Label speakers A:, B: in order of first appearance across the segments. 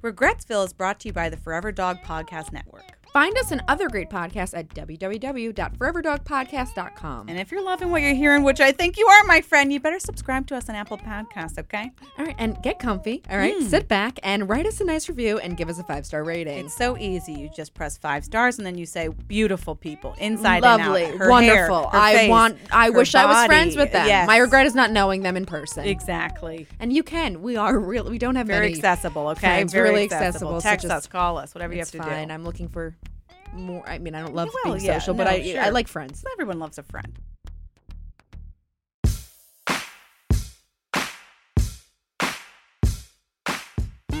A: Regretsville is brought to you by the Forever Dog Podcast Network.
B: Find us and other great podcasts at www.foreverdogpodcast.com.
A: And if you're loving what you're hearing, which I think you are, my friend, you better subscribe to us on Apple Podcasts, okay?
B: All right, and get comfy. All
A: Hmm.
B: right, sit back and write us a nice review and give us a five star rating.
A: It's so easy. You just press five stars and then you say, beautiful people, inside
B: Lovely,
A: and out. Her hair,
B: wonderful.
A: her
B: I
A: face,
B: want. I
A: her
B: wish I was
A: body.
B: friends with them.
A: Yes.
B: My regret is not knowing them in person.
A: Exactly.
B: and you can. We are real. We don't have
A: Very
B: many
A: accessible, okay?
B: friends.
A: Very
B: really
A: accessible.
B: accessible. so
A: Text
B: just-
A: us, call us, whatever you
B: it's
A: have to
B: fine.
A: do.
B: I'm looking for more. I mean, I don't love
A: Well,
B: being
A: yeah,
B: social, but
A: no,
B: I I
A: sure.
B: like friends.
A: Everyone loves a friend.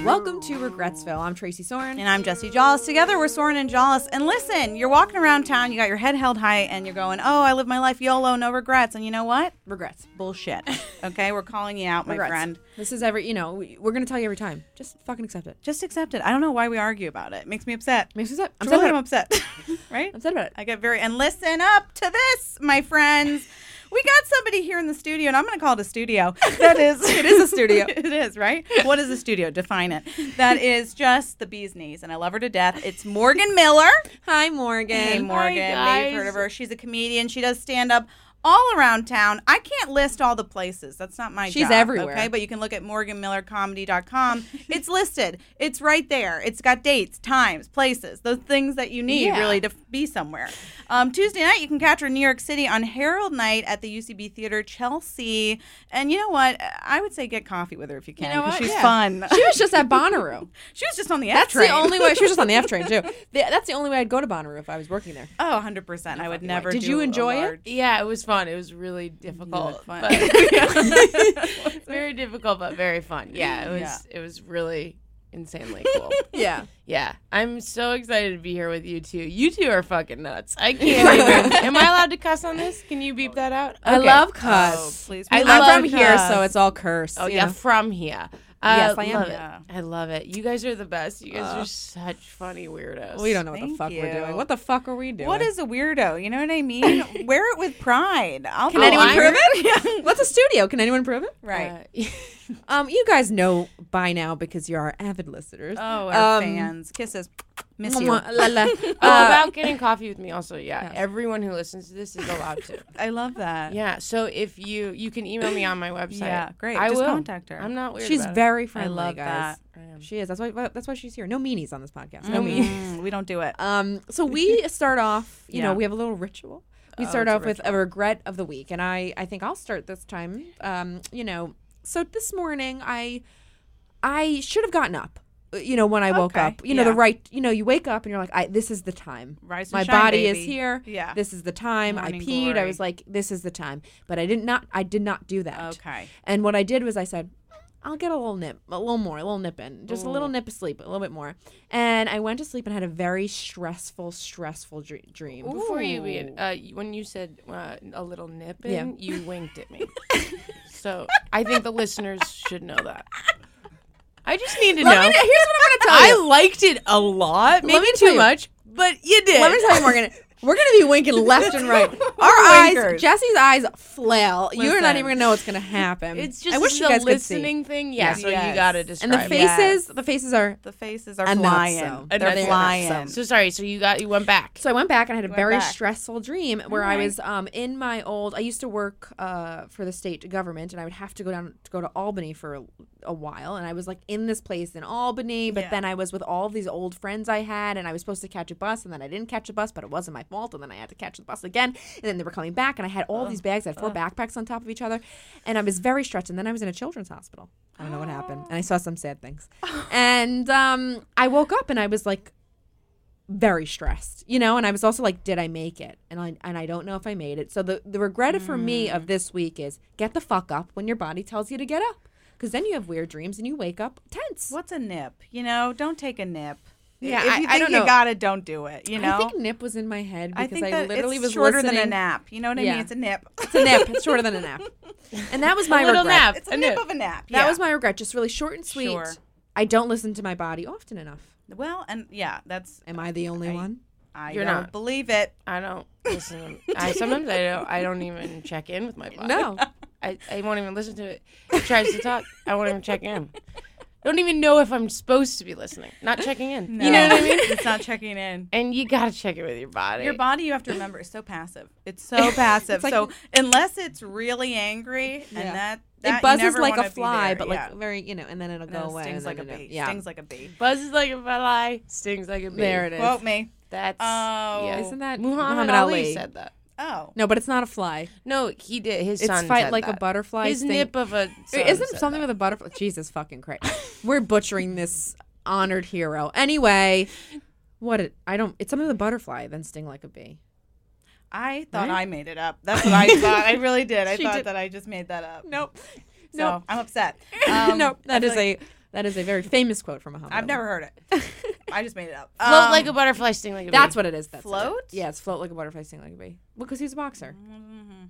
B: Welcome to Regretsville. I'm Tracy Soren.
A: And I'm Jesse Jollis. Together, we're Soren and Jollis. And listen, you're walking around town, you got your head held high, and you're going, oh, I live my life YOLO, no regrets. And you know what?
B: Regrets.
A: Bullshit. Okay, we're calling you out, my
B: Regrets.
A: friend.
B: This is every. You know, we, we're gonna tell you every time. Just fucking accept it.
A: Just accept it. I don't know why we argue about it. It makes me upset.
B: Makes me upset. I'm
A: I'm
B: upset
A: really,
B: about
A: I'm
B: it.
A: upset. right?
B: I'm upset about it.
A: I get very and listen up to this, my friends. We got somebody here in the studio, and I'm going to call it a studio. That is, it
B: is a studio.
A: it is right. What is a studio? Define it. That is just the bee's knees, and I love her to death. It's Morgan Miller.
B: Hi, Morgan.
A: Hey, Morgan. Maybe you've heard of her. She's a comedian. She does stand up all around town. I can't list all the places. That's not my
B: She's
A: job.
B: everywhere.
A: Okay, but you can look at morganmillercomedy.com. it's listed. It's right there. It's got dates, times, places, those things that you need
B: Yeah.
A: really to f- be somewhere. Um, Tuesday night, you can catch her in New York City on Herald Night at the UCB Theater, Chelsea. And you know what? I would say get coffee with her if you can.
B: know
A: 'cause
B: what?
A: She's
B: Yeah.
A: fun.
B: She was just at Bonnaroo.
A: She was just on the F
B: That's
A: train.
B: the only way. She was just on the F train too. The- That's the only way I'd go to Bonnaroo if I was working there.
A: Oh, 100%. I would never
B: Did
A: do
B: you
A: a
B: enjoy it?
A: large-
C: Yeah, it was fun. It was really difficult,
A: fun.
C: but it's very difficult, but very fun. Yeah, it was. It was really insanely cool.
B: Yeah.
C: yeah, I'm so excited to be here with you two. You two are fucking nuts. I can't even. Am I allowed to cuss on this? Can you beep that out?
B: I
C: Okay.
B: love
A: Oh,
B: cuss.
A: please.
C: I
A: We
C: love
A: love
B: I'm from here,
A: cuss.
B: so it's all curse.
C: Oh
B: you
C: yeah,
B: know?
C: from here.
B: Yes,
C: Uh,
B: I am. Uh,
C: love it.
A: Yeah.
C: I love it. You guys are the best. You guys are such funny weirdos.
B: We don't know what the
A: Thank
B: fuck we're
A: you.
B: doing. What the fuck are we doing?
A: What is a weirdo? You know what I mean? Wear it with pride. I'll
B: Can
A: buy
B: anyone
C: I'm-
B: prove it? What's a studio? Can anyone prove it?
A: Right.
C: Uh,
B: Um, you guys know by now because you're our avid listeners.
A: oh, our
B: Um,
A: fans. Kisses. Miss you.
B: Mwah, la, la.
C: Oh,
B: Uh,
C: about getting coffee with me also. Yeah, everyone who listens to this is allowed to.
A: I love that.
C: Yeah. So if you you can email me on my website.
A: Yeah, great.
C: I
A: Just
C: will
A: contact her.
C: I'm not weird.
B: she's
C: about it.
B: very friendly,
A: love
B: guys.
C: I am.
B: She is. That's why. That's why she's here. No meanies on this podcast. No meanies.
A: Mm, we don't do it.
B: Um, so we start off, you
A: Yeah. Oh,
B: know, we have a little ritual. We start off with a regret of the week, and I, I think I'll start this time. Um, you know, so this morning I, I should have gotten up. uh, You know, when I woke
A: Okay,
B: up, you know the
A: yeah.
B: right. You know, you wake up and you're like, I this is the time.
A: Rise and
B: My
A: shine,
B: body
A: baby."
B: is here.
A: Yeah.
B: this is the time.
A: Morning
B: I peed. I
A: glory.
B: was like, this is the time. But I did not. I did not do that.
A: Okay.
B: And what I did was I said, I'll get a little nip, a little more, a little nip in, just a little nip of sleep, a little bit more. And I went to sleep and had a very stressful, stressful dre- dream.
C: Before you read, uh, you- when you said uh, a little nip in,
B: Yeah.
C: you winked at me. so I think the listeners should know that. I just need to
B: Let
C: know.
B: me- here's what I'm gonna tell
C: I
B: you.
C: liked it a lot. Maybe
B: me tell
C: too
B: you.
C: much, but you did.
B: Let me tell you, Morgan. We're gonna be winking left and right. Our
A: Winkers.
B: eyes, Jesse's eyes flail. You're not
A: Listen.
B: even gonna know what's gonna happen.
C: It's just
B: I wish
C: this
B: you
C: is a
B: guys could see.
C: listening thing. Yeah. So
A: Yes.
C: you gotta
A: And the
C: describe.
B: And the
C: it.
A: Yes.
B: faces, the faces are.
A: The faces are
B: And that's
A: flying.
B: so.
A: They're
B: And
C: that's so.
A: flying.
C: So sorry. So you got you went back.
B: So I went back and I had a very
A: back.
B: stressful dream where I was um, in my old. I used to work uh, for the state government, and I would have to go down to go to Albany for a, a while. And I was like in this place in Albany, but then I was with all of these old friends I had, and I was supposed to catch a bus, and then I didn't catch a bus, but it wasn't my fault. And then I had to catch the bus again, and then they were coming back, and I had all these bags. I had four backpacks on top of each other, and I was very stressed. And then I was in a children's hospital. I don't know what happened, and I saw some sad things. and um, I woke up, and I was like very stressed, you know, and I was also like, did I make it? And I and I don't know if I
A: Mm.
B: made it. So the the regret for me of this week is get the fuck up when your body tells you to get up. because then you have weird dreams and you wake up tense.
A: What's a nip? You know, don't take a nip.
C: Yeah,
A: if you
C: I- I
A: think
C: don't
A: you
C: know.
A: got it, don't do it. You know,
B: I think nip was in my head
A: I
B: because
A: think
B: I,
A: that
B: literally
A: it's
B: was
A: shorter
B: listening.
A: than a nap. You know what I
B: Yeah.
A: mean? It's a nip.
B: It's a nip. It's shorter than a nap, and that was my
C: a little
B: regret.
C: nap.
A: It's
C: a
A: a nip of a nap.
B: That
A: yeah.
B: was my regret. Just really short and sweet.
A: Sure.
B: I don't listen to my body often enough.
A: well, and yeah, that's
B: Am I the only one?
A: I
C: You're
A: don't
C: not.
A: believe it.
C: I don't listen. I sometimes I don't. I don't even check in with my body.
B: No.
C: I, I won't even listen to it. It tries to talk. I won't even check in. Don't even know if I'm supposed to be listening. Not checking in. You know what I mean?
A: It's not checking in.
C: And you gotta check in with your body.
A: Your body, you have to remember, is so passive. It's so passive.
B: like-
A: so unless it's really angry,
B: Yeah.
A: and that,
B: It
A: that
B: buzzes
A: you never
B: like
A: wanna
B: a
A: be
B: fly,
A: there,
B: but
A: yeah.
B: like very, you know, and then it'll
A: No,
B: go away.
A: stings
B: and
A: like a
B: then it'll-
A: bee.
B: Yeah.
A: Stings like a bee.
C: buzzes like a fly. Stings like a bee.
B: there it is.
A: Quote me.
C: That's
A: Oh.
C: yeah.
B: Isn't that
C: Muhammad,
B: Muhammad
C: Ali,
B: Ali?
C: said that?
A: Oh.
B: no, but it's not a fly.
C: No, he did. His
B: It's
C: son
B: fight
C: said
B: like a
C: that.
B: butterfly.
C: His
B: sting-
C: nip of a son
B: Isn't
C: said
B: something with a butterfly? Jesus fucking Christ. We're butchering this honored hero. Anyway, what it, I don't, it's something with a butterfly, then sting like a bee.
A: I thought
B: Right?
A: I made it up. That's what I thought. I really did. I
B: She
A: thought
B: did.
A: that I just made that up.
B: Nope.
A: So
B: nope.
A: I'm upset.
B: nope. um, That
A: I
B: is
A: feel like
B: a, that is a very famous quote from Muhammad
A: I've
B: Ali.
A: never heard it. I just made it up.
C: Float
A: Um,
C: like a butterfly, sting like a
B: That's
C: bee.
B: what it is. That's what it is.
A: Float?
B: Yeah, it's float like a butterfly, sting like a bee. Because he's a boxer.
A: mhm.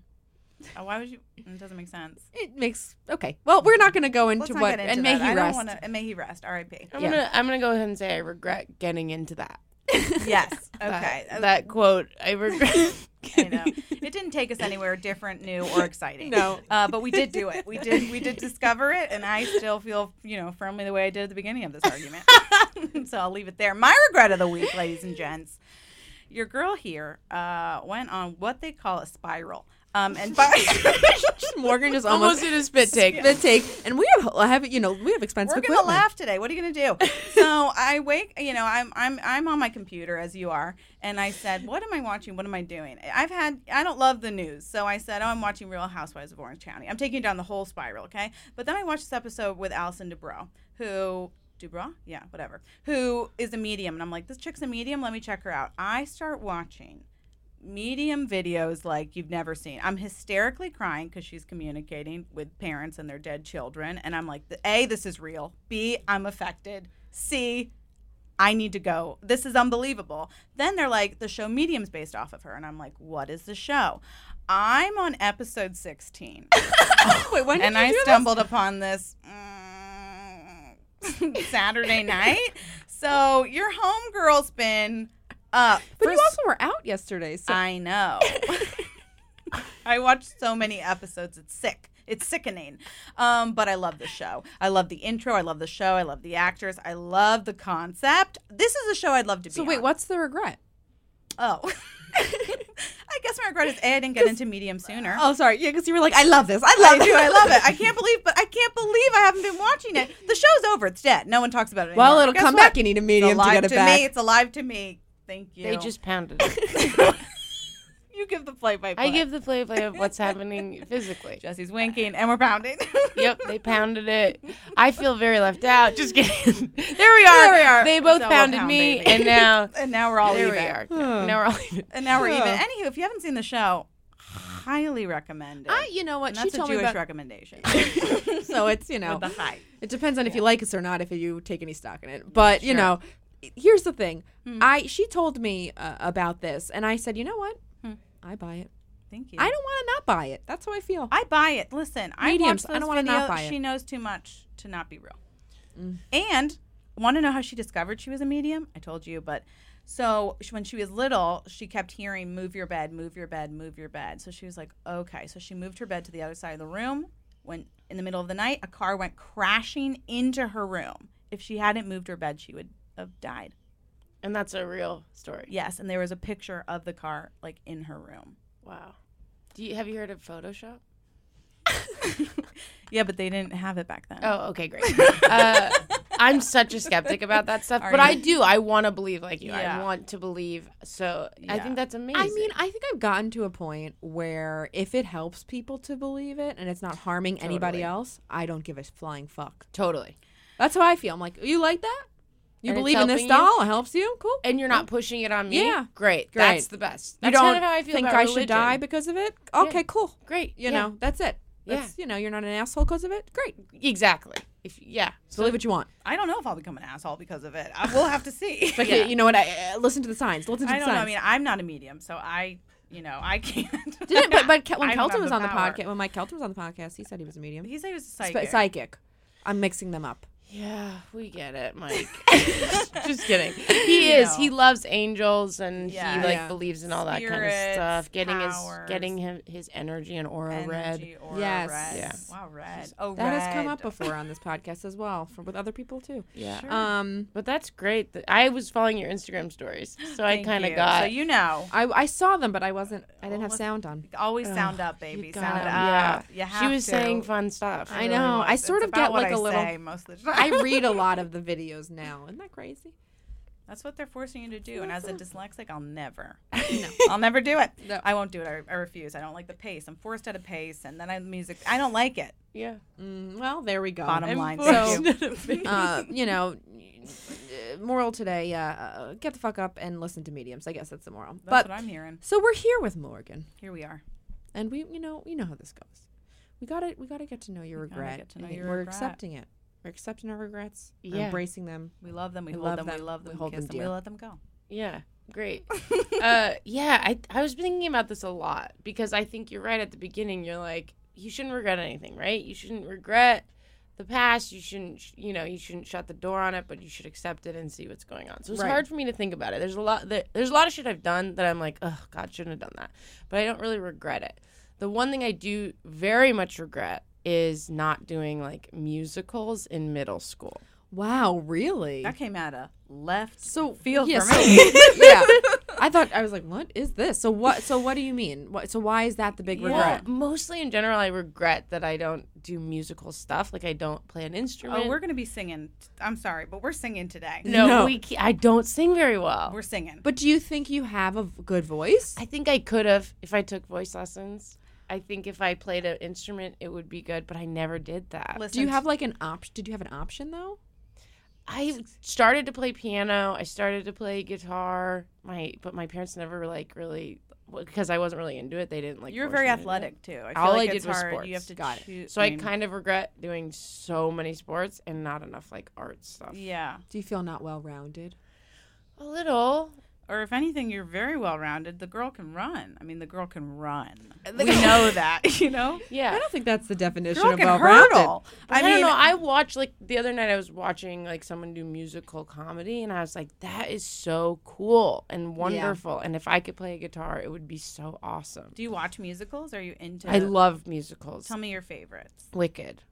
A: Oh, why would you? It doesn't make sense.
B: It makes okay. Well, we're not going to go
A: Let's
B: into
A: not
B: what
A: get into
B: and may
A: that.
B: he
A: I
B: rest.
A: Don't wanna, and may he rest. R.I.P.
C: I'm
B: Yeah.
C: gonna I'm gonna go ahead and say I regret getting into that.
A: yes.
C: That-
A: Okay.
C: That, quote I regret.
A: I know. It didn't take us anywhere different, new, or exciting.
B: No.
A: Uh, but we did do it. We did. We did discover it, and I still feel, you know, firmly the way I did at the beginning of this argument. so I'll leave it there. My regret of the week, ladies and gents. Your girl here uh, went on what they call a spiral. Um, and by
B: Morgan just
C: Almost
B: almost
C: did a spit take.
B: the take, and we have I have you know we have expensive
A: We're
B: equipment.
A: gonna laugh today. What are you gonna do? so I wake, you know, I'm I'm I'm on my computer as you are, and I said, "What am I watching? What am I doing?" I've had I don't love the news, so I said, "Oh, I'm watching Real Housewives of Orange County." I'm taking you down the whole spiral, okay? But then I watched this episode with Alison Dubrow, who Dubrow, yeah, whatever, who is a medium, and I'm like, "This chick's a medium. Let me check her out." I start watching medium videos like you've never seen. I'm hysterically crying because she's communicating with parents and their dead children. And I'm like, A, this is real. B, I'm affected. C, I need to go. This is unbelievable. Then they're like, the show Medium's based off of her. And I'm like, what is the show? I'm on episode 16.
B: Wait, when did
A: and
B: you
A: I
B: do
A: stumbled upon this mm, Saturday night. So your homegirl's been up.
B: This? But
A: for
B: you also were out yesterday, so
A: I know. I watched so many episodes. It's sick. It's sickening. Um, but I love the show. I love the intro. I love the show. I love the actors. I love the concept. This is a show I'd love to be
B: so wait,
A: on.
B: what's the regret?
A: Oh. I guess my regret is A, I didn't get into medium sooner.
B: Oh, sorry, yeah, because you were like, I love this, I
A: I
B: love
A: do.
B: it.
A: I love it. I can't believe, but I can't believe I haven't been watching it. The show's over. It's dead. No one talks about it anymore.
B: Well, it'll
A: Guess
B: come
A: what?
B: back. You need a medium
A: it's
B: to
A: alive
B: get it back.
A: me. It's alive to me. Thank you.
C: They just pounded it.
A: you give the play by play.
C: I give the play play of what's happening physically.
A: Jesse's winking and we're pounding.
C: Yep, they pounded it. I feel very left out. Just kidding. There we are.
A: There we are.
C: They both
A: Double
C: pounded
A: pound,
C: me,
A: baby.
C: and now
A: and now we're all
C: there we
A: even.
C: are. Hmm.
B: Huh.
C: Now we're all even.
A: And now we're even.
B: Yeah.
A: Anywho, if you haven't seen the show, highly recommend it.
B: I, Ah, you know
A: and
B: what? She
A: that's a
B: told me
A: Jewish
B: about.
A: recommendation.
B: so it's you know
A: With the high.
B: It depends on if you like us or not, if you take any stock in it. But you know, here's the thing. I she told me uh, about this, and I said, you know what? I buy it.
A: Thank you.
B: I don't want to not buy it. That's how I feel.
A: I buy it. Listen,
B: Mediums.
A: I watch
B: I
A: those
B: don't wanna not
A: videos.
B: buy it. Mm.
A: She knows too much to not be real. And want to know how she discovered she was a medium? I told you, but so sh- when she was little, she kept hearing "move your bed, move your bed, move your bed." So she was like, "Okay." So she moved her bed to the other side of the room. When in the middle of the night, a car went crashing into her room. If she hadn't moved her bed, she would have died.
C: And that's a real story.
A: Yes, and there was a picture of the car like in her room.
C: Wow. Do you, have you heard of Photoshop?
A: Yeah, but they didn't have it back then.
C: Oh, okay, great. Uh, I'm such a skeptic about that stuff,
A: Are
C: but
A: you?
C: I do. I want to believe like you.
A: Yeah.
C: I want to believe. So I
A: Yeah.
C: think that's amazing.
B: I mean, I think I've gotten to a point where if it helps people to believe it and it's not harming anybody
C: Totally.
B: else, I don't give a flying fuck.
C: totally.
B: That's how I feel. I'm like, you like that? You
C: And it's
B: believe in this
C: helping you?
B: doll? It helps you? Cool.
C: And you're not pushing it on me.
B: Yeah.
C: great.
B: Great.
C: That's the best. That's
B: you don't
C: kind of how I feel
B: think
C: about
B: I
C: religion.
B: should die because of it? Okay, cool.
C: Great.
B: You
C: Yeah.
B: know, that's it. That's, you know, you're not an asshole because of it. Great.
C: Exactly. If yeah.
B: So believe what you want.
A: I don't know if I'll become an asshole because of it. I, we'll have to see.
B: But you know what? I, uh, listen to the signs. Listen to
A: I
B: the
A: don't know.
B: signs.
A: I mean, I'm not a medium, so I, you know, I can't.
B: Didn't but, but Ke- when
A: I don't
B: Kelton
A: have
B: was
A: the
B: on the
A: power.
B: podcast, when Mike Kelton was on the podcast, he said he was a medium.
A: He said he was a
B: Sp-
A: psychic.
B: psychic. I'm mixing them up.
C: Yeah, we get it, Mike. Just kidding. He is. He
A: know.
C: loves angels and
A: Yeah.
C: he like
B: Yeah.
C: believes in all that kind of
A: Spirits,
C: stuff. Getting
A: powers.
C: his getting him his energy and aura
A: Energy
C: read.
A: aura
B: Yes.
A: Red.
C: Yeah.
A: Wow, red. Oh,
B: That has come
A: red.
B: up before on this podcast as well, for, with other people too.
C: Yeah.
B: Um,
C: But that's great. that- I was following your Instagram stories, so I
A: Thank
C: kind of
A: you.
C: got.
A: So you know,
B: I, I saw them, but I wasn't. I didn't have
A: Well,
B: sound on.
A: always sound up,
C: you
A: baby.
C: got
A: Sound up.
C: it. Yeah.
A: You have
C: she was
A: to.
C: saying fun stuff.
B: I know. I
A: was.
B: sort
A: It's
B: of
A: about
B: get,
A: what
B: like,
A: I
B: a little-
A: say most of the
B: I
A: time.
B: read a lot of the videos now. Isn't that crazy?
A: That's what they're forcing you to do. And as a dyslexic, I'll never. No. I'll never do it.
B: No.
A: I won't do it. I, I refuse. I don't like the pace. I'm forced at a pace, and then I music. I don't like it.
C: Yeah.
B: Mm, well, there we go.
A: Bottom line.
B: So-
A: So,
B: uh, you know, uh, moral today, yeah, uh, get the fuck up and listen to mediums. I guess that's the moral.
A: that's
B: but
A: what I'm hearing.
B: so we're here with Morgan,
A: Here we are.
B: and we, you know, you know how this goes. We got to, we got to get to know your
A: gotta
B: regret.
A: get to know
B: and
A: your
B: we're
A: regret.
B: accepting it. We're accepting our regrets. We're
C: Yeah.
B: embracing them.
A: We love them. We,
B: We
A: hold
B: love
A: them, We
B: them.
A: love
B: We
A: them. We
B: hold
A: kiss
B: them
A: them. We
B: dear.
A: let them go.
C: Yeah, great. uh, yeah, I I was thinking about this a lot because I think you're right at the beginning. You're like, you shouldn't regret anything, right? You shouldn't regret the past. You shouldn't, sh- you know, you shouldn't shut the door on it, but you should accept it and see what's going on. So it's
B: Right.
C: hard for me to think about it. There's a lot. There, there's a lot of shit I've done that I'm like, oh God, shouldn't have done that, but I don't really regret it. The one thing I do very much regret is not doing like musicals in middle school.
B: Wow, really?
A: That came out of left
B: So
A: field
B: yeah,
A: for
B: so-
A: me.
B: yeah. I thought I was like, what is this? So what? So what do you mean? What, so why is that the big regret?
C: Well, mostly in general, I regret that I don't do musical stuff. Like I don't play an instrument.
A: oh, we're gonna be singing. I'm sorry, but we're singing today.
C: no,
B: No.
C: we. ca- I don't sing very well.
A: We're singing.
B: But do you think you have a v- good voice?
C: I think I could have if I took voice lessons. I think if I played an instrument, it would be good. But I never did that.
A: Listen,
B: do you have like an option? Did you have an option though?
C: I started to play piano. I started to play guitar. My but my parents never like really because I wasn't really into it. They didn't like.
A: you're
C: force
A: very
C: me to do it.
A: athletic too. I feel
C: All
A: like
C: I did
A: it's
C: was
A: hard.
C: sports.
A: You have to
B: Got it.
A: choose.
C: So I
A: mean,
C: kind of regret doing so many sports and not enough like art stuff.
A: yeah.
B: Do you feel not well rounded?
C: A little.
A: Or if anything, you're very well rounded. The girl can run. I mean, the girl can run. We know that, you know.
C: Yeah.
B: I don't think that's the definition
A: Girl
B: of
A: can
B: well rounded.
A: hurdle.
C: I,
A: I mean,
C: don't know. I watched like the other night. I was watching like someone do musical comedy, and I was like, "That is so cool and wonderful." And if I could play a guitar, it would be so awesome.
A: do you watch musicals? Are you into?
C: I love musicals.
A: Tell me your favorites.
C: Wicked.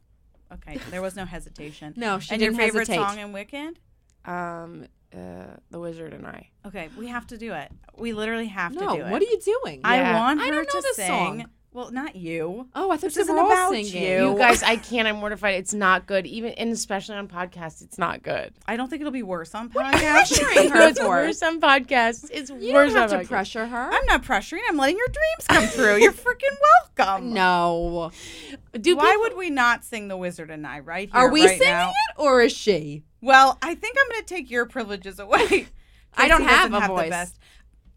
A: Okay, there was no hesitation.
B: No, she
A: and
B: didn't
A: your favorite
B: hesitate.
A: song in Wicked?
C: Um, uh, The Wizard and I.
A: Okay, we have to do it. We literally have
B: No,
A: to do it.
B: what are you doing?
A: I
C: Yeah.
A: want
B: I
A: her
B: don't know
A: to
B: this
A: sing.
B: song.
A: Well, not you.
B: oh, I thought you
A: isn't
B: were all
A: about
B: singing.
A: you.
C: You guys, I can't. I'm mortified. It's not good. Even and especially on podcasts, it's not good.
A: I don't think it'll be worse on podcast.
B: her
C: it's
B: for?
C: worse on podcasts. It's
B: You
C: worse
B: don't have
C: on
B: to
C: podcasts.
B: pressure her.
A: I'm not pressuring. I'm letting your dreams come true. You're freaking welcome.
B: no.
C: Do
A: Why
C: people-
A: would we not sing The Wizard and I right here?
B: Are we
A: right
B: singing
A: now?
B: it or is she?
A: Well, I think I'm going to take your privileges away.
B: I don't
A: Casey doesn't
B: have a
A: The
B: voice.
A: best,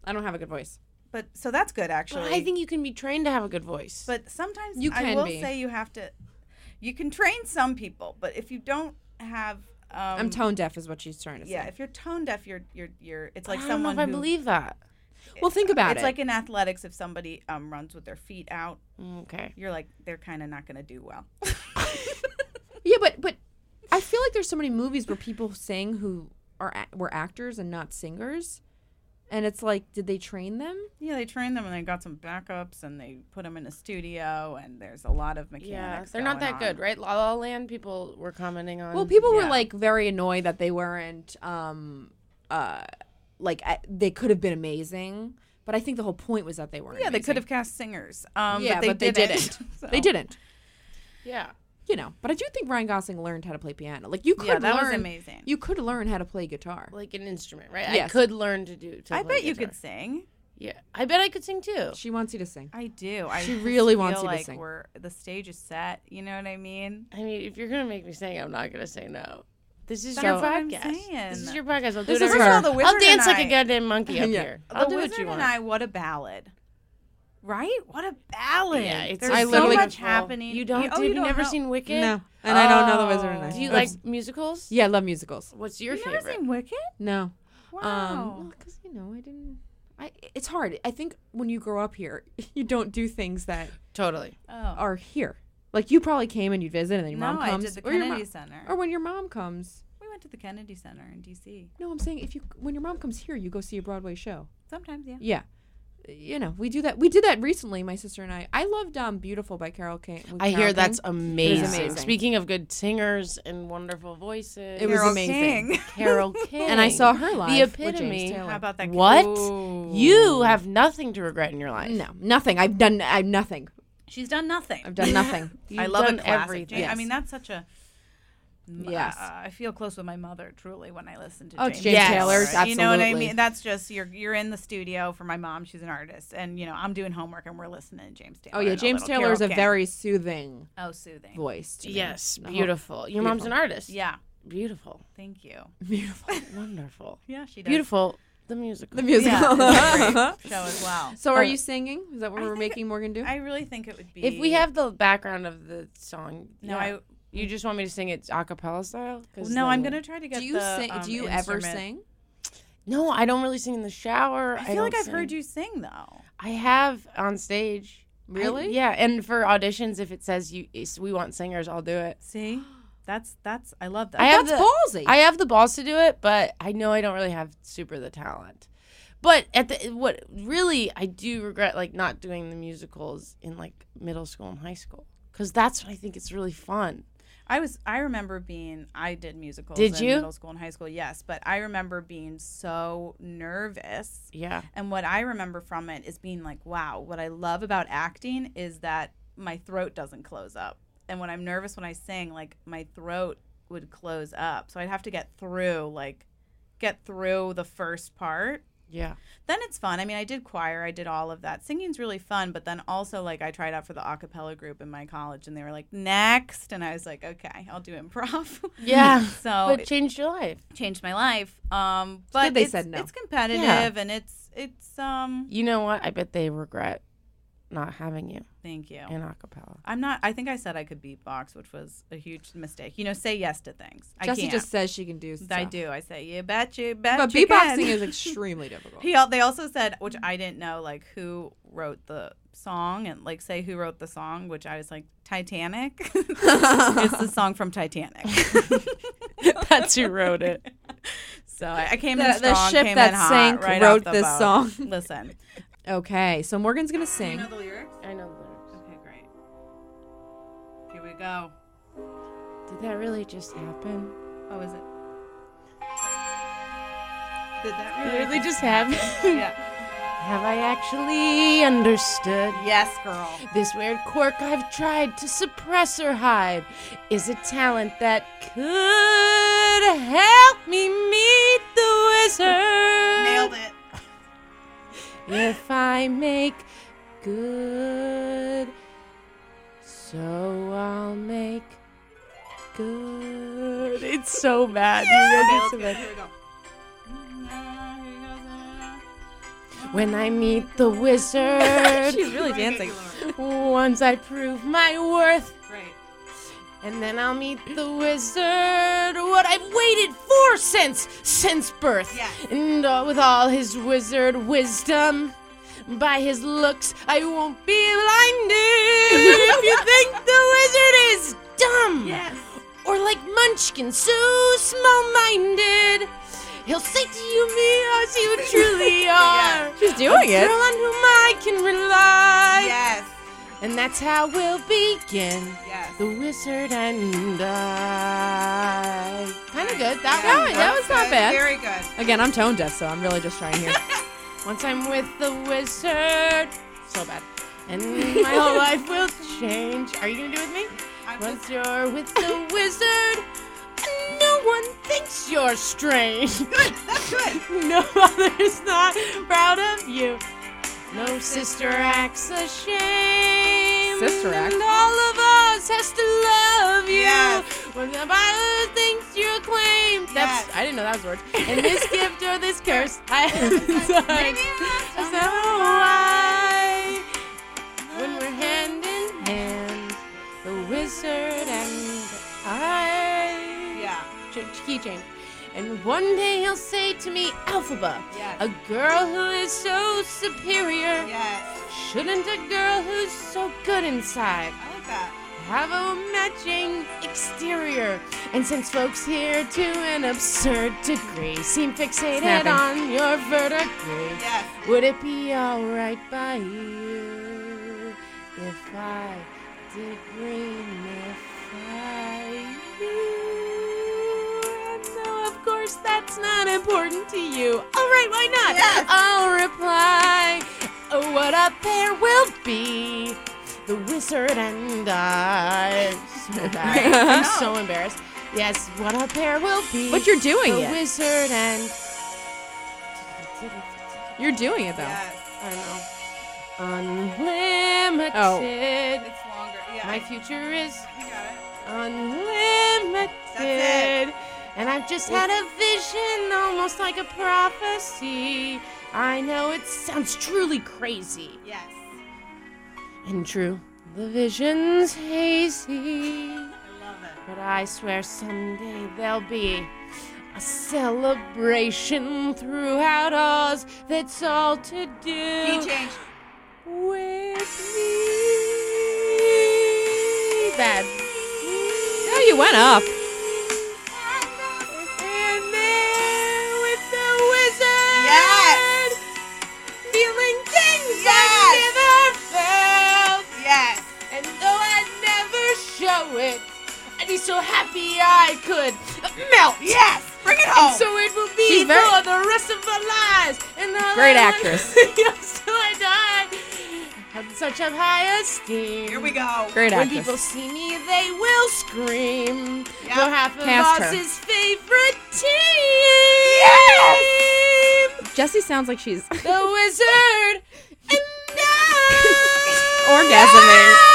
B: I don't have a good voice.
A: but so that's good actually.
C: I think you can be trained to have a good voice.
A: But sometimes
B: You
A: I
B: can
A: will
B: be.
A: say you have to. You can train some people, but if you don't have, um,
B: I'm tone deaf, is what she's trying to
A: yeah,
B: say.
A: if you're tone deaf, you're you're you're. It's like
C: I don't know
A: someone
C: if I
A: who-
C: believe that.
B: Well, think about
A: it's
B: it.
A: like in athletics if somebody um, runs with their feet out,
C: Mm, Okay.
A: you're like they're kind of not going to do well.
B: yeah, but but I feel like there's so many movies where people sing who are ac- were actors and not singers, and it's like, did they train them?
A: yeah, they trained them and they got some backups and they put them in a studio and there's a lot of mechanics.
C: Yeah, they're not
A: going
C: that
A: on.
C: good, right? La La Land people were commenting on.
B: Well, people were
A: Yeah.
B: like very annoyed that they weren't, um, uh, like I, they could have been amazing, but I think the whole point was that they weren't.
A: Yeah, they could
B: amazing.
A: have cast singers. Um,
B: Yeah,
A: but they
B: but they
A: didn't.
B: didn't.
A: So-
B: They didn't.
C: yeah,
B: You know, but I do think Ryan Gosling learned how to play piano. Like you could
A: Yeah, that was
B: learn,
A: amazing.
B: You could learn how to play guitar.
C: like an instrument, right? I
B: Yes.
C: could learn to do. To
A: I
C: play
A: bet you
C: guitar.
A: could sing.
C: Yeah, I bet I could sing too.
B: She wants you to sing.
A: I do. I
B: She
A: just
B: really
A: feel
B: wants you to
A: like
B: sing.
A: We're the stage is set. You know what I mean?
C: I mean, if you're gonna make me sing, I'm not gonna say no. This is
A: That's
C: your
A: what I'm
C: podcast.
A: saying.
C: This is your podcast. I'll do
B: This
C: it.
B: is
C: every-
B: her.
A: The
C: I'll
A: Wizard and
C: dance like a
A: I-
C: goddamn monkey up
B: Yeah.
C: here.
A: The
C: I'll do
A: Wizard
C: what you want.
A: and I. What a ballad! Right? What a ballad.
C: Yeah, it's
A: There's
B: I
A: so
B: literally-
A: much happening.
C: You don't?
A: You,
C: Did
A: oh,
C: you,
A: you don't
C: never
A: know.
C: seen Wicked?
B: No, and I don't know the Wizard
A: Oh.
B: and I.
C: Do you
B: I've
C: like
B: s-
C: musicals?
B: Yeah, I love musicals.
C: What's your
A: You've
C: favorite?
A: never seen Wicked?
B: No.
A: Wow.
B: Um, because you know, I didn't. I it's hard. I think when you grow up here, you don't do things that
C: Totally.
A: oh.
B: are here. Like you probably came and you'd visit, and then your
A: no,
B: mom
A: I
B: comes,
A: did the
B: or your
A: Kennedy
B: mom,
A: Center.
B: or when your mom comes.
A: we went to the Kennedy Center in D.C.
B: No, I'm saying if you when your mom comes here, you go see a Broadway show.
A: Sometimes, yeah.
B: Yeah. You know, we do that. We did that recently, my sister and I. I loved um, "Beautiful" by Carol King. with
C: I
B: Carole
C: hear
B: King.
C: that's amazing.
B: amazing.
C: Speaking of good singers and wonderful voices,
B: It was
A: Carole
B: amazing.
A: King.
C: Carol King.
B: And I saw her live. with James
C: epitome.
B: Taylor.
A: How about that?
C: What?
A: Ooh.
C: You have nothing to regret in your life.
B: No, nothing. I've done. I've nothing.
A: She's done nothing.
B: I've done nothing.
A: I
C: You've
A: love
C: done
A: a classic.
C: everything.
A: Jane- I mean, that's such a.
B: Yes.
A: Yes. I feel close with my mother truly when I listen to
B: Oh,
A: James,
B: James
C: Taylor's,
A: You know what I
B: absolutely.
A: mean? That's just you're you're in the studio for my mom. She's an artist, and you know I'm doing homework and we're listening to James Taylor.
B: Oh yeah,
A: and a
B: James
A: little
B: Taylor is
A: Carole
B: a
A: King.
B: very soothing
A: oh soothing.
B: voice. to me.
C: Yes,
B: The whole-
C: beautiful. Your mom's an artist.
A: Yeah,
C: Beautiful.
A: thank you.
B: Mm-hmm. beautiful.
C: Wonderful.
A: Yeah, she does.
C: Beautiful. The
B: The
C: musical.
A: Yeah,
B: musical.
A: it's a great show as well.
B: so, are you singing? Is that what we're
A: think
B: making Morgan do?
A: I really think it would be
C: if we have the background of the song,
A: no.
C: yeah.
A: I
C: You just want me to sing it a cappella style? 'Cause
A: no. I'm
C: then-
A: gonna try to get.
B: do you
A: the,
B: sing?
A: um,
B: do you ever
A: instrument.
B: sing?
C: No, I don't really sing in the shower.
A: I feel like
C: don't
A: I've heard
C: sing.
A: you sing though.
C: I have on stage. I-
B: Really?
C: yeah. And for auditions, if it says you, it's- we want singers, I'll do it.
A: See, that's that's I love that.
C: I have
B: That's
C: the,
B: ballsy.
C: I have the balls to do it, but I know I don't really have super the talent. But at the what really I do regret like not doing the musicals in like middle school and high school because that's when I think it's really fun.
A: I was I remember being I did musicals
C: Did
A: in
C: you?
A: middle school and high school, yes, but I remember being so nervous.
C: Yeah.
A: And what I remember from it is being like, wow, what I love about acting is that my throat doesn't close up. And when I'm nervous when I sing, like my throat would close up. So I'd have to get through like get through the first part
C: Yeah.
A: then it's fun. I mean, I did choir, I did all of that. Singing's really fun, but then also like I tried out for the a cappella group in my college and they were like, "Next." And I was like, "Okay, I'll do improv."
C: Yeah.
A: so
C: but
A: it
C: changed your life.
A: changed my life. Um but
B: good they
A: it's-
B: said no.
A: it's competitive and it's it's um
C: You know what? I bet they regret not having you
A: thank you.
C: in acapella.
A: I'm not I think I said I could beatbox, which was a huge mistake. You know, say yes to things. I
B: Jesse
A: can't.
B: just says she can do. Stuff.
A: I do. I say, "You bet you bet."
B: But
A: you can."
B: beatboxing is extremely difficult.
A: He, al- they also said, which I didn't know, like who wrote the song and like say who wrote the song, which I was like Titanic. it's the song from Titanic.
C: That's who wrote it.
A: so I, I came in
B: The,
A: strong,
B: the ship
A: came in
B: that
A: hot,
B: sank
A: right off
B: wrote
A: the
B: this
A: boat.
B: song.
A: Listen,
B: Okay, so Morgan's gonna sing.
A: the lyrics?
C: I know the lyrics.
A: Okay, great. Here we go.
C: Did that really just happen?
A: Oh, is it? Did that
C: It
A: really?
C: literally just happened.
A: yeah.
C: Have I actually understood?
A: Yes, girl.
C: This weird quirk I've tried to suppress or hide is a talent that could help me meet the wizard.
A: Nailed it.
C: If I make good, so I'll make good. It's so bad. You guys, it's so bad.
A: Here we go.
C: When I meet the wizard,
B: She's really dancing.
C: once I prove my worth.
A: Great.
C: And then I'll meet the wizard, what I've waited for since since birth.
A: Yes.
C: And all, with all his wizard wisdom, by his looks, I won't be blinded if you think the wizard is dumb.
A: Yes.
C: Or like Munchkin, so small-minded, he'll say to you, "Me, I see you truly are."
B: She's doing
C: A
B: it.
C: girl on whom I can rely.
A: Yes.
C: And that's how we'll begin.
A: Yes.
C: The Wizard and I. Kind of good. That
A: Yeah,
C: one.
B: that
C: That
B: was not bad.
A: Very good.
B: Again, I'm tone deaf, so I'm really just trying here.
C: was once I'm with the wizard. So bad. And my whole life will change. Are you gonna do it with me?
A: I'm
C: Once you're with the wizard, no one thinks you're strange.
A: That's good.
C: No mother's not proud of you. No sister acts ashamed.
B: Sister act?
C: And all of us has to love you.
A: Yes.
C: When the Bible thinks you're claimed. That's
A: Yes.
C: I didn't know that was a word. And this gift or this curse, I am
A: Maybe
C: sorry.
A: I'm not
C: So why ch- key change. And one day he'll say to me, Alphaba,
A: Yes.
C: a girl who is so superior,
A: Yes.
C: shouldn't a girl who's so good inside
A: I like that.
C: have a matching exterior? And since folks here to an absurd degree seem fixated
B: Snapping.
C: on your verdigris,
A: Yes.
C: would it be alright by you if I degreemify you? No, of course that's not important to you. Alright, why not?
A: Yes.
C: I'll reply. Oh, what a pair will be. The wizard and I. So bad. I'm so embarrassed. Yes, what a pair will be.
B: But you're doing
C: the
B: it.
C: wizard and
B: You're doing it though.
A: Yes.
C: I know. Unlimited.
B: Oh.
A: It's longer. Yeah.
C: My future is
A: You got it.
C: unlimited.
A: That's
C: And I've just had a vision, almost like a prophecy. I know it sounds truly crazy
A: Yes.
C: and true. The vision's hazy.
A: I love it.
C: But I swear someday there'll be a celebration throughout Oz that's all to
A: Key
C: do
A: change.
C: with me. Bad.
B: No, you went up.
C: And then with the wizard.
A: Yes.
C: Feeling things
A: Yes.
C: I never felt.
A: Yes.
C: And though I never show it, I'd be so happy I could melt.
A: Yes. Bring it
C: And
A: home.
C: so it will be
B: She's very-
C: for the rest of our lives. And all
B: Great
C: I
B: actress.
C: Want, yes, till I die. Have such a high esteem.
A: Here we go.
B: Great
C: When
B: actress.
C: people see me, they will scream.
A: Yeah.
C: For half of
B: Past her.
C: Oz's favorite team.
B: Jesse sounds like she's
C: The wizard and I.
B: orgasming.
A: Yes.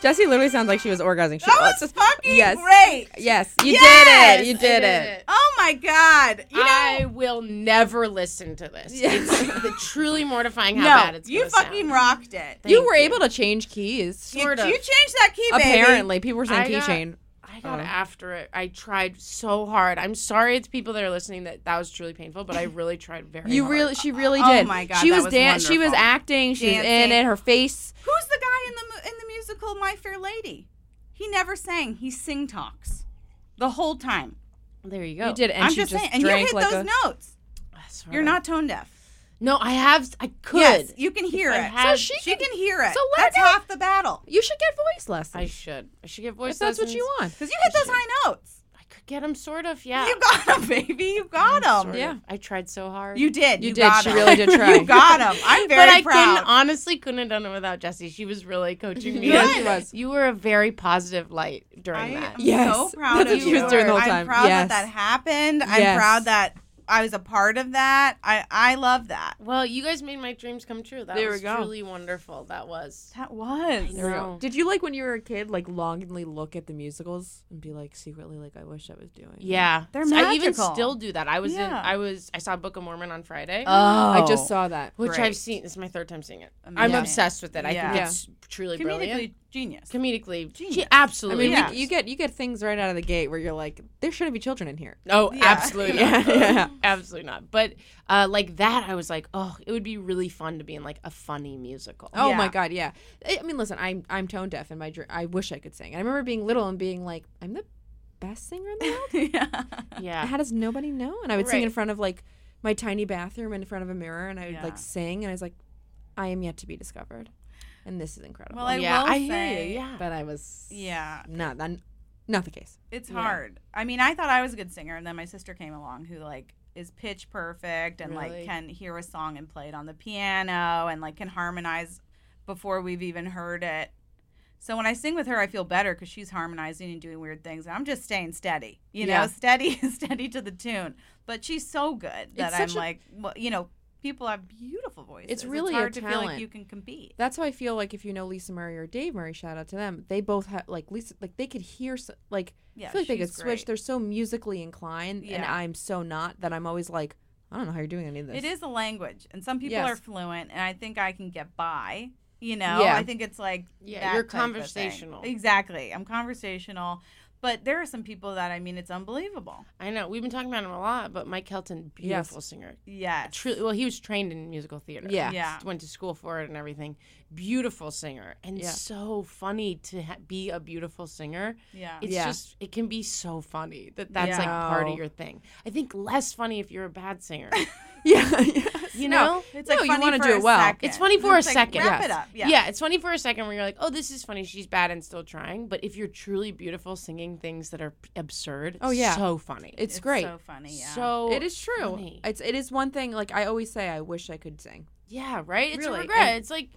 B: Jesse literally sounds like she was orgasming. She,
A: That
B: oh,
A: was
B: it's just-
A: fucking
B: yes.
A: great.
B: Yes, you
A: Yes,
B: did it. You
C: I
B: did,
C: did
B: it.
C: it.
A: Oh my god. You know,
C: I will never listen to this.
B: Yeah.
C: It's the truly mortifying how
A: no,
C: bad it's
A: you
C: gonna
A: fucking
C: sound.
A: rocked it.
B: You
C: Thank
B: were able to change keys.
A: You,
C: Sort of.
A: you changed that key, baby.
B: Apparently, people were saying
C: I got-
B: keychain.
C: I got
B: Oh.
C: after it. I tried so hard. I'm sorry it's people that are listening that that was truly painful, but I really tried very
B: You
C: hard.
B: really, she really
A: Oh
B: did.
A: my God,
B: she
A: that
B: was,
A: was
B: dan- she was
A: wonderful.
B: acting. She was in
A: Dancing.
B: it. Her face.
A: Who's the guy in the mu- in the musical My Fair Lady? He never sang. He sing talks the whole time.
C: There you go.
B: You did, and
A: I'm
B: she
A: just
B: just
A: saying, and you
B: drank
A: hit
B: like
A: those
B: a.
A: notes. You're not tone deaf.
C: No, I have. I could.
A: Yes, you can hear
C: I
A: it.
C: had- So
A: she,
C: she
A: can, hear it.
B: so let
A: That's
B: it-
A: half the battle.
B: You should get voice lessons.
C: I should. I should get voice
B: if that's what you
C: lessons.
B: want.
A: Because you hit those high notes.
C: I could get them, sort of. Yeah.
A: You got them, baby. You got them.
C: Sort
B: Yeah.
C: of. I tried so hard.
A: You did.
B: You
A: You
B: did.
A: got
B: She
A: 'em.
B: really did try.
A: you got them. I'm very
C: but I
A: proud.
C: couldn't honestly couldn't have done it without Jessie. She was really coaching me.
B: Yes, she was.
C: You were a very positive light during
A: I am
C: that.
B: Yes.
A: so proud
B: That's
A: of
B: what
A: you.
B: she was doing the whole
A: I'm
B: time.
A: proud
B: Yes.
A: that that happened. I'm
B: Yes.
A: proud that I was a part of that. I I love that.
C: Well, you guys made my dreams come true. That
B: There we
C: was
B: go.
C: truly wonderful. That was.
A: That was.
C: There we go.
B: Did you like when you were a kid, like longingly look at the musicals and be like secretly like, I wish I was doing. that?"
C: Yeah,
A: They're
C: So I even
A: magical.
C: still do that. I was in.
A: Yeah.
C: I was. I saw Book of Mormon on Friday,
A: Oh, I
B: I just saw that.
C: which
A: great.
C: I've seen. This is my third time seeing it. I'm
A: Amazing.
C: obsessed with it. I
A: Yeah.
C: think it's truly
A: comedically
C: brilliant.
A: genius.
C: Comedically,
A: Genius.
C: Gee,
B: I
C: absolutely.
B: mean,
A: Yeah.
B: you, you get you get things right out of the gate where you're like, there shouldn't be children in here.
C: Oh,
A: Yeah.
C: absolutely
B: Yeah,
C: not.
B: yeah.
C: Absolutely not. But uh, like that, I was like, oh, it would be really fun to be in like a funny musical.
B: Oh my
A: Yeah.
B: god, yeah. I I mean, listen, I'm I'm tone deaf, and my dr- I wish I could sing. I remember being little and being like, I'm the best singer in the world.
A: yeah.
C: Yeah.
B: How does nobody know? And I would sing in
C: Right.
B: front of like my tiny bathroom in front of a mirror, and I would
A: Yeah.
B: like sing, and I was like, I am yet to be discovered, and this is incredible.
A: Well, I
C: yeah,
A: will
C: I hear
A: say-
C: you. Yeah.
B: but I was
A: Yeah.
B: not that not the case.
A: It's
C: Yeah.
A: hard. I mean, I thought I was a good singer, and then my sister came along who like is pitch perfect and like
C: Really?
A: can hear a song and play it on the piano and like can harmonize before we've even heard it. So when I sing with her, I feel better because she's harmonizing and doing weird things. and I'm just staying steady, you know,
B: Yeah.
A: steady, steady to the tune. But she's so good that I'm
B: such a-
A: like, well, you know, people have beautiful voices.
B: really a
A: hard to feel like
B: talent.
A: you can compete.
B: That's how I feel like if you know Lisa Murray or Dave Murray, shout out to them. They both have like Lisa, like they could hear s like
A: Yeah,
B: I feel like they
A: she's
B: could switch.
A: great.
B: They're so musically inclined, and
A: Yeah.
B: I'm so not that I'm always like I don't know how you're doing any of this.
A: It is a language, and some people
B: Yes.
A: are fluent, and I think I can get by. You know,
B: Yeah.
A: I think it's like
C: Yeah,
A: that type
C: you're
A: of thing.
C: conversational.
A: Exactly, I'm conversational, But there are some people that I mean, it's unbelievable.
C: I know we've been talking about him a lot, but Mike Kelton, beautiful singer.
A: Yes.
C: Truly, well, he was trained in musical theater.
B: Yeah.
A: Yeah.
C: went to school for it and everything. Beautiful singer and
B: Yeah.
C: so funny to ha- be a beautiful singer.
A: Yeah.
C: It's
B: Yeah.
C: just it can be so funny that that's like
B: Yeah.
C: part of your thing. I think less funny if you're a bad singer.
B: Yeah. yes.
C: You
B: No,
C: know,
A: It's
B: No,
A: like
B: you
A: funny
B: wanna
A: for
B: do
A: a
B: it well.
A: second.
C: It's funny for a
A: like,
C: second.
A: Wrap
C: Yes.
A: it up. Yeah.
C: it's funny for a second where you're like, oh, this is funny. She's bad and still trying. But if you're truly beautiful singing things that are p- absurd,
B: Oh, yeah.
C: so funny.
B: It's,
A: It's
B: great.
A: So funny. Yeah.
C: so
B: it is true.
C: funny.
B: It's it is one thing. Like I always say, I wish I could sing.
C: yeah, right. It's
B: Really,
C: a regret.
B: and-
C: it's like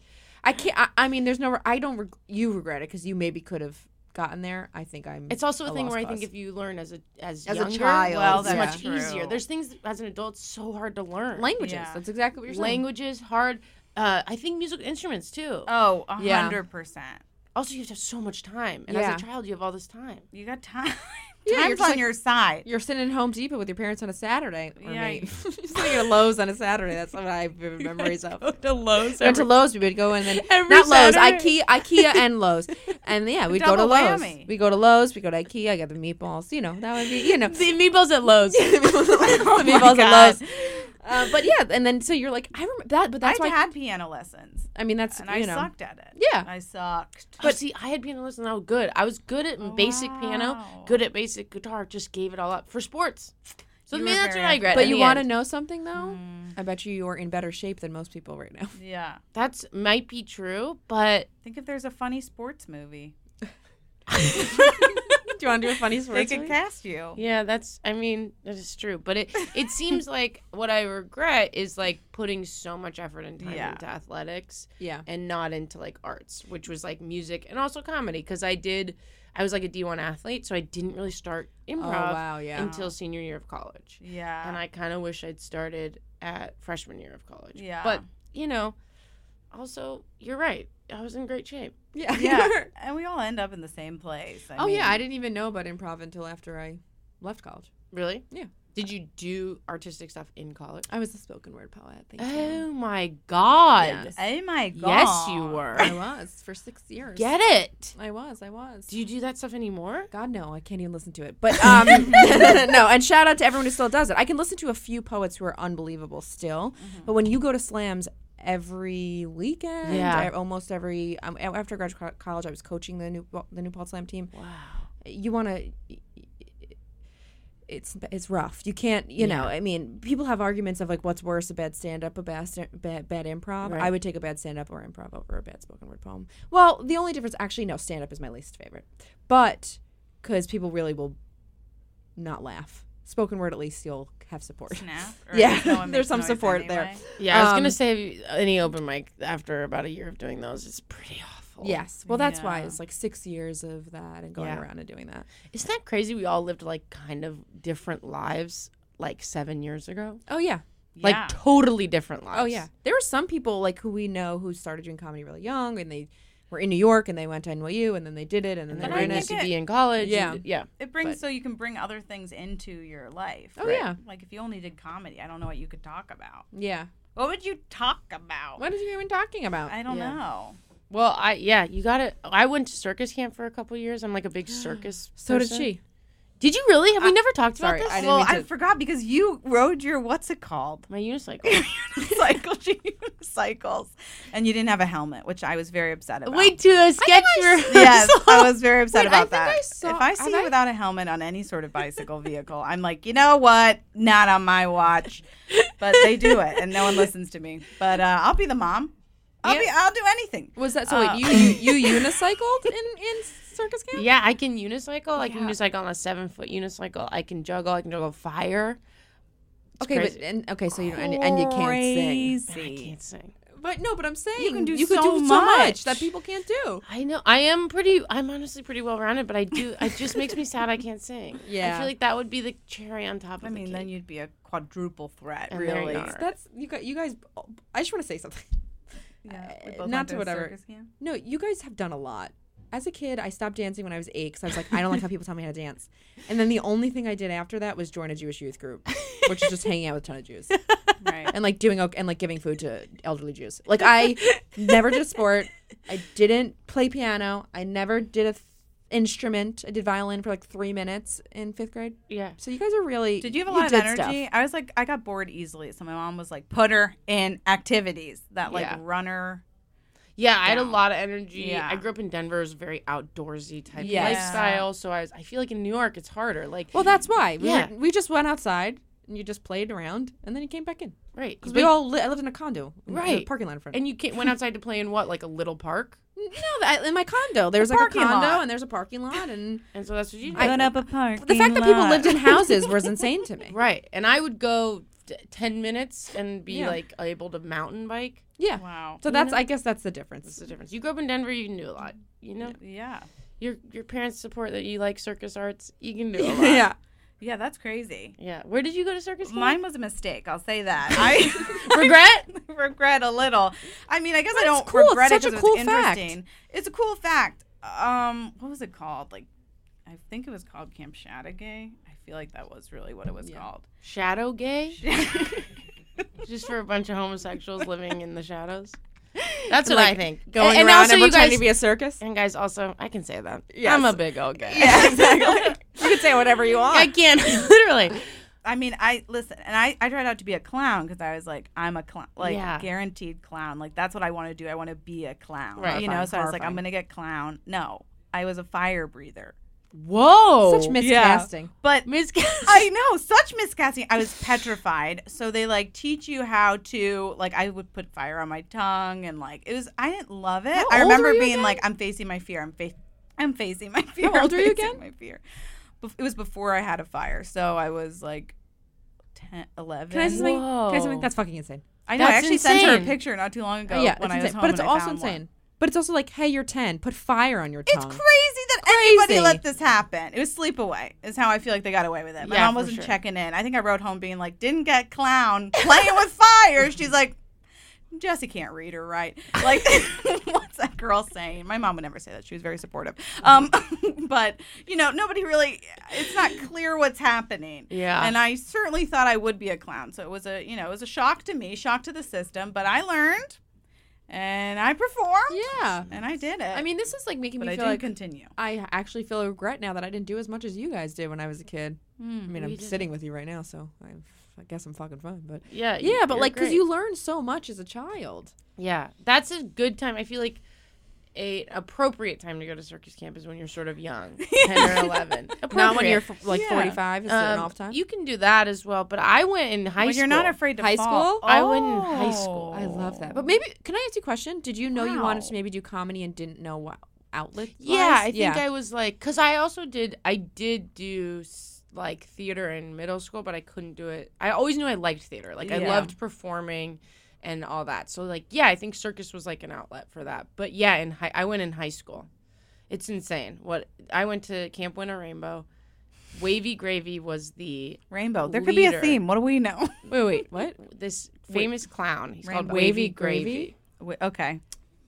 B: I can't. I, I mean, there's no. I don't. Reg- you regret it because you maybe could have gotten there. I think I'm.
C: it's also a,
B: a
C: thing
B: lost
C: where I think
B: cause.
C: if you learn as a as,
B: As a
C: younger,
B: child,
C: well, that's
B: yeah.
C: much
A: True.
C: easier. There's things that, as an adult it's so hard to learn.
B: languages.
A: Yeah.
B: That's exactly what you're saying.
C: languages hard. Uh, I think musical instruments too.
A: Oh, a
B: Yeah.
A: hundred percent.
C: also, you have to have so much time, and
B: Yeah.
C: as a child, you have all this time.
A: You got time.
B: Yeah, you're
A: Time's
B: just
A: on
B: like-
A: your side.
B: You're sitting in Home Depot with your parents on a Saturday. Or
A: Yeah,
B: me.
A: you-
B: You're sitting at Lowe's on a Saturday. That's what I remember memories of. We
C: The lows.
B: went to Lowe's. We would go and then
C: Every
B: not Lowe's,
C: Saturday.
B: IKEA, IKEA, and Lowe's, and yeah, we'd go to
A: Double
B: Lowe's.
A: whammy.
B: We go to Lowe's. We go to IKEA. I got the meatballs. You know that would be you know
C: The meatballs at Lowe's.
B: the meatballs at Lowe's. Uh, but yeah, and then so you're like, I remember that, but that's
A: I
B: why.
A: had piano lessons,
B: I mean, that's
A: and
B: you
A: I
B: know,
A: sucked at it.
B: Yeah.
A: I sucked.
C: But see, I had piano lessons and I was good. I was good at basic piano,
A: wow.
C: good at basic guitar, just gave it all up for sports. So
A: You
C: maybe
A: were
C: that's what
A: very
C: I regret.
B: But
C: in
B: you
C: the
B: want to
C: end. Mm.
B: know something though? I bet you you're in better shape than most people right now.
A: yeah.
C: That's might be true, but
A: Think if there's a funny sports movie,
B: do you want to do a funny story?
A: they could cast you.
C: yeah, that's I mean, that is true. But it it seems like what I regret is like putting so much effort and time
A: Yeah.
C: into athletics
B: Yeah.
C: and not into like arts, which was like music and also comedy because I did I was like a D1 athlete, so I didn't really start improv
B: Oh, wow, yeah.
C: until senior year of college.
A: Yeah.
C: and I kind of wish I'd started at freshman year of college.
A: Yeah.
C: But, you know, also, you're right. I was in great shape.
B: Yeah.
A: yeah. and we all end up in the same place. I
B: oh yeah, I
A: mean,
B: didn't even know about improv until after I left college.
C: Really?
B: Yeah.
C: Did you do artistic stuff in college?
B: I was a spoken word poet. Thank you.
C: Oh my God.
B: Yes.
A: Oh my
C: Yes,
A: god.
C: you were.
B: I was for six years.
C: Get it.
B: I was. I was.
C: Do you do that stuff anymore?
B: God no, I can't even listen to it. But um, no, and shout out to everyone who still does it. I can listen to a few poets who are unbelievable still,
A: Mm-hmm.
B: but when you go to slams every weekend,
C: Yeah.
B: e- almost every um, a- after I graduated co- college, I was coaching the new the new Paul Slam team. Wow, you want to. It's, it's rough. You can't, you know. I mean, people have arguments of like, what's worse, a bad stand up, a bad, sta- bad, bad improv. I
C: Right.
B: would take a bad stand up or improv over a bad spoken word poem. Well, the only difference, actually, no, stand up is my least favorite. But because people really will not laugh. Spoken word, at least you'll have support.
A: Snap, or
B: Yeah,
A: no one
B: there's
A: makes
B: some
A: noise
B: support there.
A: anyway.
C: Yeah, I was going
B: Um,
C: to say any open mic after about a year of doing those, it's pretty awful.
B: Yes. Well, that's why
A: Yeah.
B: it's like six years of that and going
C: Yeah.
B: around and doing that.
C: Isn't that crazy? We all lived like kind of different lives like seven years ago.
B: Oh yeah.
A: Yeah.
C: Like totally different lives.
B: Oh yeah. There were some people like who we know who started doing comedy really young and they were in New York and they went to NYU and then they did it and then
C: and
B: they were
C: I
B: in
C: used
B: it.
A: think
C: to
A: it-
C: be in college.
B: Yeah.
C: and- yeah.
A: It brings
C: But-
A: so you can bring other things into your life.
B: Oh yeah.
A: Like if you only did comedy, I don't know what you could talk about.
B: Yeah.
A: What would you talk about?
B: What are you even talking about?
A: I don't
C: Yeah.
A: know.
C: Well, I yeah, you got to I went to circus camp for a couple years. I'm like a big circus.
B: so did
C: person.
B: she.
C: Did you really? Have we never talked
B: sorry,
C: about this?
B: I didn't
A: well,
B: mean
A: I
B: to-
A: forgot because you rode your what's it called?
C: My unicycle.
A: Unicycle, she unicycles, and you didn't have a helmet, which I was very upset about.
C: Wait, to the sketch rehearsal.
A: Yes, I was very upset
B: Wait, I
A: about
B: think
A: that.
B: I saw-
A: if I
B: have
A: see you
B: I-
A: without a helmet on any sort of bicycle vehicle, I'm like, you know what? Not on my watch. But they do it, and no one listens to me. But uh, I'll be the mom. I'll be. I'll do anything. Uh,
B: Was that so? Wait, you you, you unicycled in in circus camp?
C: Yeah, I can unicycle. I can unicycle on a seven foot unicycle. I can juggle. I can juggle fire.
B: Okay,
C: crazy.
B: but and okay, so you and, and you can't sing.
C: I
A: Crazy.
C: can't sing.
B: But no, but I'm saying
A: can do
B: you could
A: so
B: do so much
A: much.
B: that people can't do.
C: I know. I am pretty. I'm honestly pretty well rounded, but I do. It just makes me sad. I can't sing.
B: Yeah.
C: I feel like that would be the cherry on top of
A: I
C: the
A: mean, then
C: cake.
A: you'd be a quadruple threat,
C: And there you
A: really.
C: are.
B: That's you guys. You guys. I just want to say something.
A: Yeah,
B: Uh, not to whatever. No, you guys have done a lot. As a kid, I stopped dancing when I was eight because I was like, I don't like how people tell me how to dance. And then the only thing I did after that was join a Jewish youth group, which is just hanging out with a ton of Jews
A: Right.
B: and like doing ok- and like giving food to elderly Jews. Like I never did a sport. I didn't play piano. I never did a th- instrument. I did violin for like three minutes in fifth grade.
C: Yeah.
B: So you guys are really.
A: Did you have a lot of
B: did
A: energy?
B: stuff.
A: I was like, I got bored easily, so my mom was like, put her in activities that like
C: Yeah.
A: runner.
C: Yeah, I had a
A: down.
C: lot of energy.
A: Yeah.
C: I grew up in Denver, it was a very outdoorsy type
B: Yes.
C: lifestyle. So I was, I feel like in New York it's harder. Like
B: Well, that's why. We,
C: Yeah.
B: were- we just went outside and you just played around and then you came back in.
C: right,
B: Because
C: you
B: we
C: went-
B: all li- I lived in a condo, in the
C: Right.
B: parking lot in front. of
C: and you can went outside to play in what like a little park,
B: no, I- in my condo, there's like a
A: parking
B: condo
A: lot.
B: and there's a parking lot, and
C: and so that's what you did.
A: up a park.
B: the fact that people lived in houses was insane to me.
C: right, and I would go t- ten minutes and be
B: Yeah.
C: like able to mountain bike.
B: Yeah.
A: Wow.
B: So that's I guess that's the difference.
C: That's the difference. You grew up in Denver, you can do a lot. You know,
A: Yeah.
C: your your parents support that you like circus arts. You can do a lot.
B: yeah.
A: Yeah, that's crazy.
C: yeah. Where did you go to circus? camp?
A: Mine was a mistake. I'll say that. I
C: regret.
A: regret a little. I mean, I guess I
B: But it's
A: don't
B: cool. It's
A: regret
B: such a
A: it. 'cause
B: cool
A: it's
B: fact.
A: interesting. It's a cool fact. Um, what was it called? Like, I think it was called Camp Chattagay. I feel like that was really what it was called.
C: Shadow gay. just for a bunch of homosexuals living in the shadows. That's what I think. Going
B: and
C: around
B: also
C: and
B: you
C: pretending
B: guys
C: to be a.
B: a circus.
C: And guys, also, I can say that.
B: Yes.
C: I'm a big old guy.
B: Yeah, exactly. you can say whatever you want.
C: I can literally.
A: I mean, I listen, and I, I tried out to be a clown because I was like, I'm a clown, like
C: Yeah.
A: guaranteed clown. Like that's what I want to do. I want to be a clown.
C: Right.
A: You know, so I was like,
B: Horrifying.
A: I'm gonna get clown. No, I was a fire breather.
C: Whoa.
B: Such miscasting.
A: But
C: miscast.
A: I know such miscasting. I was petrified. So they like teach you how to like I would put fire on my tongue and like it was I didn't love it. I
B: old were
A: remember
B: you
A: being
B: again?
A: like I'm facing my fear. I'm fa- I'm facing my fear.
B: old
A: I'm
B: were you
A: facing
B: again?
A: My fear. Bef- it was before I had a fire. So I was like 10, 11.
B: Can I say something? Can I say something?
C: Whoa.
B: That's fucking insane.
A: I know. I
C: That's
A: actually sent her a
C: insane.
A: picture not too long ago
B: yeah,
A: when
B: it's
A: I was
B: insane.
A: home.
B: but it's
A: and I
B: also
A: found one.
B: insane. But it's also like, hey, you're ten. Put fire on your
A: It's
B: tongue.
A: crazy that anybody
B: Crazy.
A: let this happen. It was sleepaway. Is how I feel like they got away with it. My
C: Yeah,
A: mom
C: for
A: wasn't
C: sure.
A: checking in. I think I wrote home being like, "Didn't get clown playing with fire." She's like, "Jesse can't read or write." Like, what's that girl saying? My mom would never say that. She was very supportive. Um, but you know, nobody really. It's not clear what's happening.
C: Yeah.
A: And I certainly thought I would be a clown, so it was a you know it was a shock to me, shock to the system. But I learned, and I performed,
B: yeah.
A: and I did it.
B: I mean, this is like making
A: but
B: me
A: I
B: feel
A: didn't
B: like
A: continue.
B: I actually feel a regret now that I didn't do as much as you guys did when I was a kid. I mean,
C: Hmm, we
B: I'm
C: did
B: sitting with you right now, so I, I guess I'm fucking fine. But
C: Yeah. you-
B: yeah, but
C: you're
B: like, because
C: great.
B: you learn so much as a child.
C: Yeah, that's a good time. I feel like a appropriate time to go to circus camp is when you're sort of young, ten or eleven.
B: Not when
C: Appropriate.
B: you're f- like
A: Yeah.
B: 45 is an
C: Um,
B: off time.
C: You can do that as well, but I went in high
A: when
C: school.
A: you're not afraid to
B: High
A: fall. Oh.
B: school?
C: I went in high school.
B: I love that.
C: Oh.
B: But maybe can I ask you a question? Did you know you wanted
A: Wow.
B: to maybe do comedy and didn't know what outlet?
C: Yeah,
B: was?
C: I think I was like, because I also did, I did do s- like theater in middle school, but I couldn't do it. I always knew I liked theater. Like, I
A: Yeah.
C: loved performing and all that. So, like, yeah, I think circus was like an outlet for that. But yeah, in high, I went in high school. It's insane. What I went to Camp Winter Rainbow. Wavy Gravy was the
A: Rainbow. There could be a
C: Leader.
A: theme. What do we know?
B: wait, wait, what?
C: this famous clown. He's called
A: Rainbow.
C: Wavy,
B: Wavy
C: Gravy.
B: Gravy?
A: Wait, okay.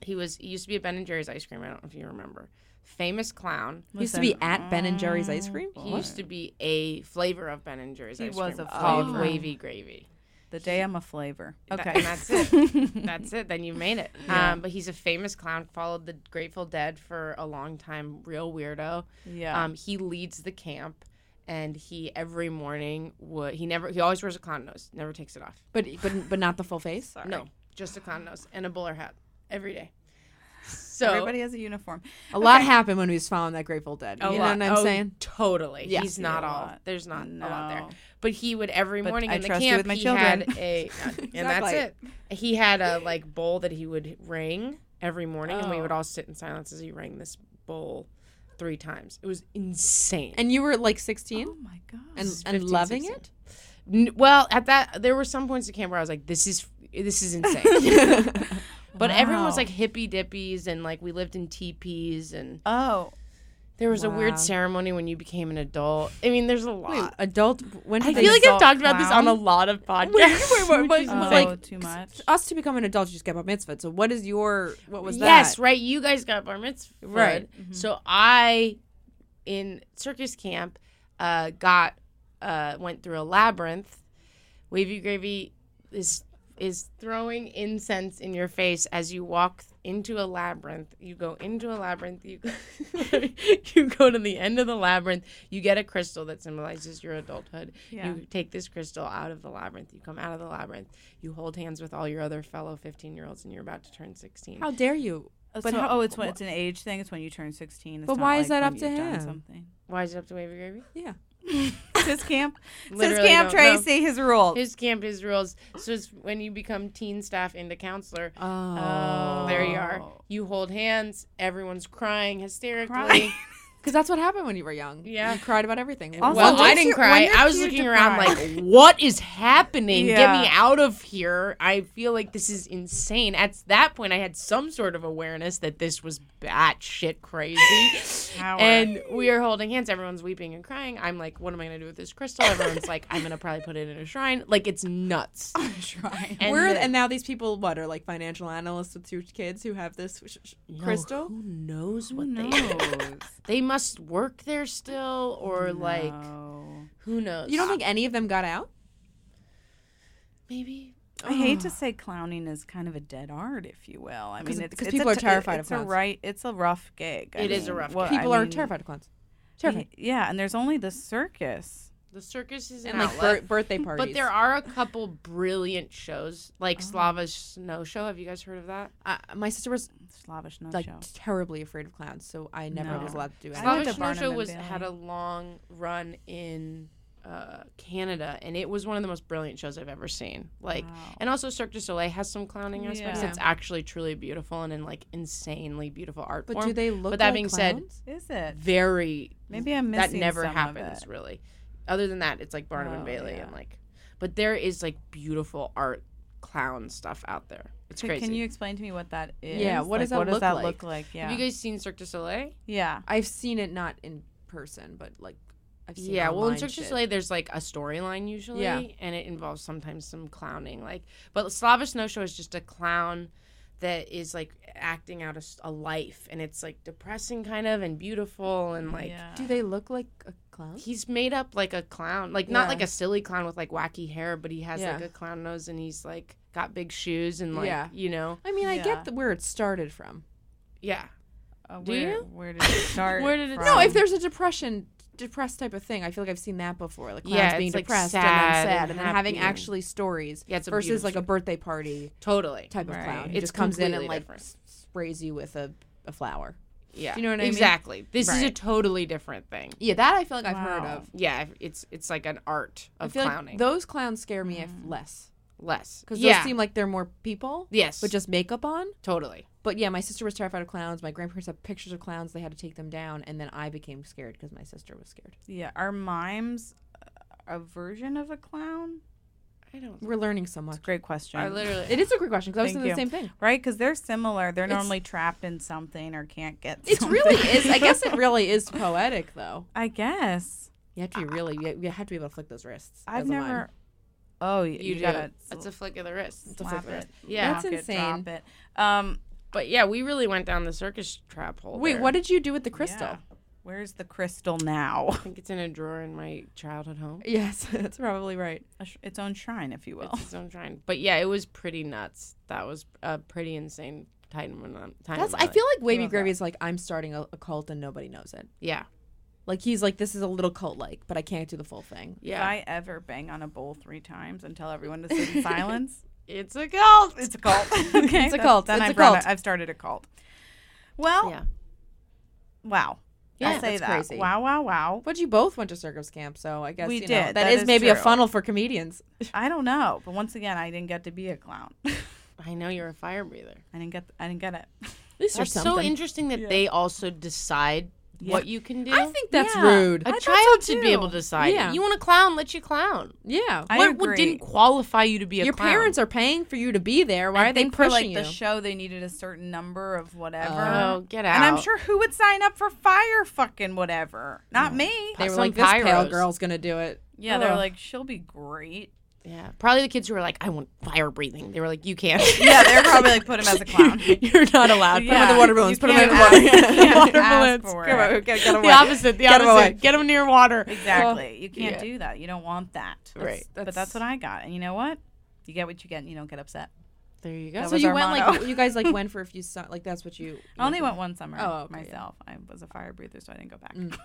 C: He was he used to be at Ben and Jerry's ice cream. I don't know if you remember. Famous clown.
B: He Used to be at Ben and Jerry's ice cream.
C: He used to be a flavor of Ben and Jerry's.
A: He
C: ice
A: was
C: cream
A: a
C: called
A: flavor.
C: Wavy Gravy.
A: The day I'm a flavor.
C: Tha-
A: Okay.
C: and that's it. that's it. Then you made it. Um, but he's a famous clown. Followed the Grateful Dead for a long time. Real weirdo.
A: Yeah.
C: Um, he leads the camp, and he every morning would he never he always wears a clown nose. Never takes it off.
B: but but but not the full face.
C: No, just a clown nose and a bowler hat every day. So
A: Everybody has a uniform. Oh
B: A lot happened when he was following that Grateful Dead.
C: A
B: you
C: lot.
B: know what I'm
C: Oh,
B: saying?
C: Totally.
B: Yeah.
C: He's not
A: Yeah, a
C: all.
A: lot.
C: There's not a lot there.
A: No.
C: But he would every
A: But
C: morning
A: I
C: in the
A: trust you
C: camp.
A: with my
C: he
A: children.
C: had a, and that's it.
B: Exactly.
C: He had a like bowl that he would ring every morning, and we
A: Oh.
C: would all sit in silence as he rang this bowl three times. It was insane.
B: And you were like 16
A: Oh my god.
B: and,
C: 15,
B: and loving
C: 16.
B: it.
C: N- well, at that, there were some points in camp where I was like, "This is this is insane." But everyone was
A: Wow.
C: like hippy dippies, and like we lived in teepees, and
A: oh.
C: there was a
B: Wow.
C: weird ceremony when you became an adult. I mean, there's a lot.
B: Wait, adult. When did
C: I
B: they
C: feel like I've
A: Adult
C: talked about this on a
A: clown?
C: lot of podcasts.
B: wait, wait,
C: which is
B: wait,
A: Oh,
C: like-
B: like-
A: too much.
B: us to become an adult, you just get bat mitzvah. So what is your what was
C: yes,
B: that?
C: right. You guys got bar Mm-hmm. mitzvah,
B: Right.
C: So I, in circus camp, uh, got uh, went through a labyrinth. Wavy gravy is is throwing incense in your face as you walk into a labyrinth. You go into a labyrinth. You you go to the end of the labyrinth. You get a crystal that symbolizes your adulthood.
A: Yeah.
C: You take this crystal out of the labyrinth. You come out of the labyrinth. You hold hands with all your other fellow 15-year-olds and you're about to turn 16.
B: How dare you?
A: But
B: But how-
A: oh, it's when it's an age thing. It's when you turn sixteen. It's
B: But
A: not
B: why is
A: like
B: that
A: when
B: up to
A: you've done
B: him?
A: Something.
C: Why is it up to Wavy Gravy?
B: Yeah.
A: Sis camp. Sis
C: Literally
A: camp.
C: don't know.
A: Tracy. His rule.
C: His camp, his rules. So it's when you become teen staff into counselor. uh,
B: Oh.
C: There you are.
A: Oh.
C: You hold hands. Everyone's crying hysterically.
A: Crying.
B: Because that's what happened when you were young.
C: Yeah.
B: You cried about everything.
A: Also,
C: well, I
A: once
C: didn't
A: you're- when
C: cry.
A: you're
C: I was
A: cute
C: looking
A: to
C: around
A: cry.
C: like, what is happening? Get me
A: Yeah.
C: out of here. I feel like this is insane. At that point, I had some sort of awareness that this was batshit crazy.
A: Power.
C: and we are holding hands. Everyone's weeping and crying. I'm like, what am I going to do with this crystal? Everyone's like, I'm going to probably put it in a shrine. Like, it's nuts.
A: I'm trying.
C: And
B: We're,
C: the-
B: and now these people, what, are like financial analysts with two kids who have this sh- sh-
C: No,
B: crystal?
C: Who knows
A: Who
C: what they
A: knows?
C: They must work there still, or like,
A: No.
C: who knows? Ah,
B: You don't think any of them got out?
C: maybe?
A: I hate to say clowning is kind of a dead art, if you will. I
B: 'Cause-
A: mean, it's,
B: 'cause
A: it's
B: people
A: a
B: are
A: t-
B: terrified of
A: it's a
B: clowns.
A: right. It's a rough gig.
C: It is a rough
A: what-
C: gig.
B: People
A: I
B: are
A: mean,
B: terrified of clowns.
A: y-
B: Terrified.
A: Yeah, and there's only the circus.
C: The circus is
B: And
C: an
B: like
C: outlet.
B: bir- birthday parties.
C: But there are a couple brilliant shows,
A: Oh.
C: like Slava's Snow Show. Have you guys heard of that?
B: Uh, my sister was
A: Slavish no
B: like
A: show.
B: terribly afraid of clowns, so I never
A: No.
B: was allowed to do
A: I went
B: anything.
C: Slava's
A: to
C: Snow
A: Barnum
C: Show
A: and
C: was
A: Bailey.
C: had a long run in uh, Canada, and it was one of the most brilliant shows I've ever seen. Like,
A: Wow.
C: and also Cirque du Soleil has some clowning aspects.
A: Yeah.
C: It's actually truly beautiful and in like insanely beautiful art
B: But
C: form.
B: do they look?
C: But that
B: like
C: being said,
B: clowns?
A: Is it?
C: very
A: Maybe I'm
C: that
A: missing
C: never
A: some of
C: happens
A: it.
C: really. Other than that, it's like Barnum
A: Oh,
C: and Bailey
A: yeah.
C: and like, but there is like beautiful art clown stuff out there. It's
A: C-
C: crazy.
A: Can you explain to me what that is?
B: Yeah, what does
A: Like,
B: that look
A: that
B: like?
A: look like? Yeah.
C: Have you guys seen Cirque du Soleil?
A: yeah.
B: I've seen it not in person, but like I've seen.
C: Yeah, well, in
B: online
C: Cirque du
B: shit.
C: Soleil, there's like a storyline usually,
B: Yeah.
C: and it involves sometimes some clowning. Like, but Slava Snow Show is just a clown that is like acting out a, s- a life, and it's like depressing kind of and beautiful and like.
A: yeah.
B: do they look like a clown?
C: He's made up like a clown, like not
B: Yeah.
C: like a silly clown with like wacky hair, but he has like
B: Yeah.
C: a clown nose and he's like got big shoes and like
B: Yeah.
C: you know,
B: I mean, I
A: Yeah.
B: get the, where it started from.
C: yeah.
A: Uh,
C: Do
A: where,
C: you?
A: Where did it start?
C: Where did it-
A: From?
B: No, if there's a depression, depressed type of thing, I feel like I've seen that before. Like clowns
C: Yeah,
B: being
C: it's, like,
B: depressed and then
C: sad
B: sad, and,
C: and
B: then having
C: happy and-
B: actually stories
C: Yeah, it's a
B: versus
C: beautiful
B: like a birthday party
C: Totally.
B: type
A: Right.
B: of clown. He
C: It's
B: just comes in and
C: completely
B: like
C: different.
B: s- sprays you with a, a flower.
C: Yeah.
B: Do you know what I mean?
C: exactly. This is a
A: Right.
C: totally different thing.
B: Yeah, that I feel like I've heard
A: Wow.
B: of.
C: Yeah, it's it's like an art
B: I
C: of
B: feel
C: clowning.
B: like those clowns scare me if less
C: Less.
B: because
C: yeah.
B: those seem like they're more people
C: yes.
B: with just makeup on.
C: totally.
B: But yeah, my sister was terrified of clowns. My grandparents have pictures of clowns. They had to take them down, and then I became scared because my sister was scared.
A: yeah, are mimes a version of a clown?
C: I don't.
B: We're learning so
A: It's
B: much.
A: a great question.
C: I literally.
B: It is a great question because I was
A: Thank
B: thinking the
A: you.
B: same thing.
A: Right, because they're similar. They're
B: It's-
A: normally trapped in something or can't get.
B: It
A: something.
B: really is. I guess it really is poetic, though.
A: I guess
B: You have to be really. You you have to be able to flick those wrists.
A: I've
B: as am I.
A: never. Oh, you,
C: you,
A: you
C: do.
A: gotta.
C: That's a flick of the wrist.
A: slap it.
C: Yeah.
B: That's
A: Knock it,
B: insane.
A: Drop it. Um,
C: But yeah, we really went down the circus trap hole.
B: Wait,
C: there.
B: what did you do with the crystal?
A: yeah. Where's the crystal now?
C: I think it's in a drawer in my childhood home.
B: Yes, that's probably right.
A: A sh- its own shrine, if you will.
C: It's its own shrine. But yeah, it was pretty nuts. That was a pretty insane time. When I'm, time
B: That's.
C: in my
B: I
C: life.
B: feel like Wavy
A: love
B: Gravy
A: that.
B: is like I'm starting a, a cult and nobody knows it.
C: Yeah.
B: Like he's like this is a little cult like, but I can't do the full thing.
A: If
C: Yeah.
A: I ever bang on a bowl three times and tell everyone to sit in silence,
C: it's a cult.
A: it's a cult. okay,
B: It's a
A: that-
B: cult.
A: Then
B: It's
A: I
B: a
A: brought
B: cult.
A: A, I've started a cult. Well,
C: Yeah.
A: wow.
C: Yeah,
A: I'll say
B: that's
A: that.
B: crazy.
A: Wow, wow, wow.
B: But you both went to circus camp, so I guess
A: We
B: you know,
A: did.
B: that
A: That
B: is,
A: is
B: maybe a
A: true.
B: funnel for comedians.
A: I don't know, but once again, I didn't get to be a clown. I
C: I know you're a fire breather.
A: didn't get. I didn't get it.
B: At least
C: It's so interesting that they also decide what you can do.
B: I think that's
A: Yeah.
B: rude.
C: a
A: I thought so
C: child should be able
A: too.
C: to decide.
B: Yeah.
C: You want a clown? Let you clown.
B: yeah.
A: I
C: what, what
A: agree.
C: didn't qualify you to be a
B: Your
C: clown?
B: parents are paying for you to be there. Why
A: I
B: are they
A: think for, like
B: pushing
A: the
B: you?
A: show? They needed a certain number of whatever.
C: Oh, get out!
A: and I'm sure who would sign up for fire fucking whatever? Not me.
B: they were
C: some
B: like, this pale
C: pyros.
B: girl's gonna do it.
A: yeah, they're
B: Ugh.
A: like, she'll be great.
C: Yeah, probably the kids who were like, "I want fire breathing." They were like, "You can't.
A: Yeah, they're probably like put him as a clown.
C: You're not allowed."
A: Yeah.
B: the water balloons.
A: You
B: Put 'em in
A: can't
B: the
A: ask-
B: water.
A: you can't
C: Water
A: ask
C: balloons.
A: for
B: Come
A: it.
B: on, get, get
C: The
B: away.
C: opposite. The
B: Get 'em away.
C: opposite. Get them near water.
A: Exactly. You can't
C: yeah.
A: do that. You don't want that. That's-
C: Right.
A: but that's what I got. And you know what? You get what you get and you don't get upset.
C: There you go.
A: That
B: so
A: was
B: you
A: our
B: went
A: motto.
B: like you guys like went for a few su- like that's what you.
A: I only went one summer
B: Oh, okay, yeah.
A: myself. I was a fire breather, so I didn't go back.
B: Mm.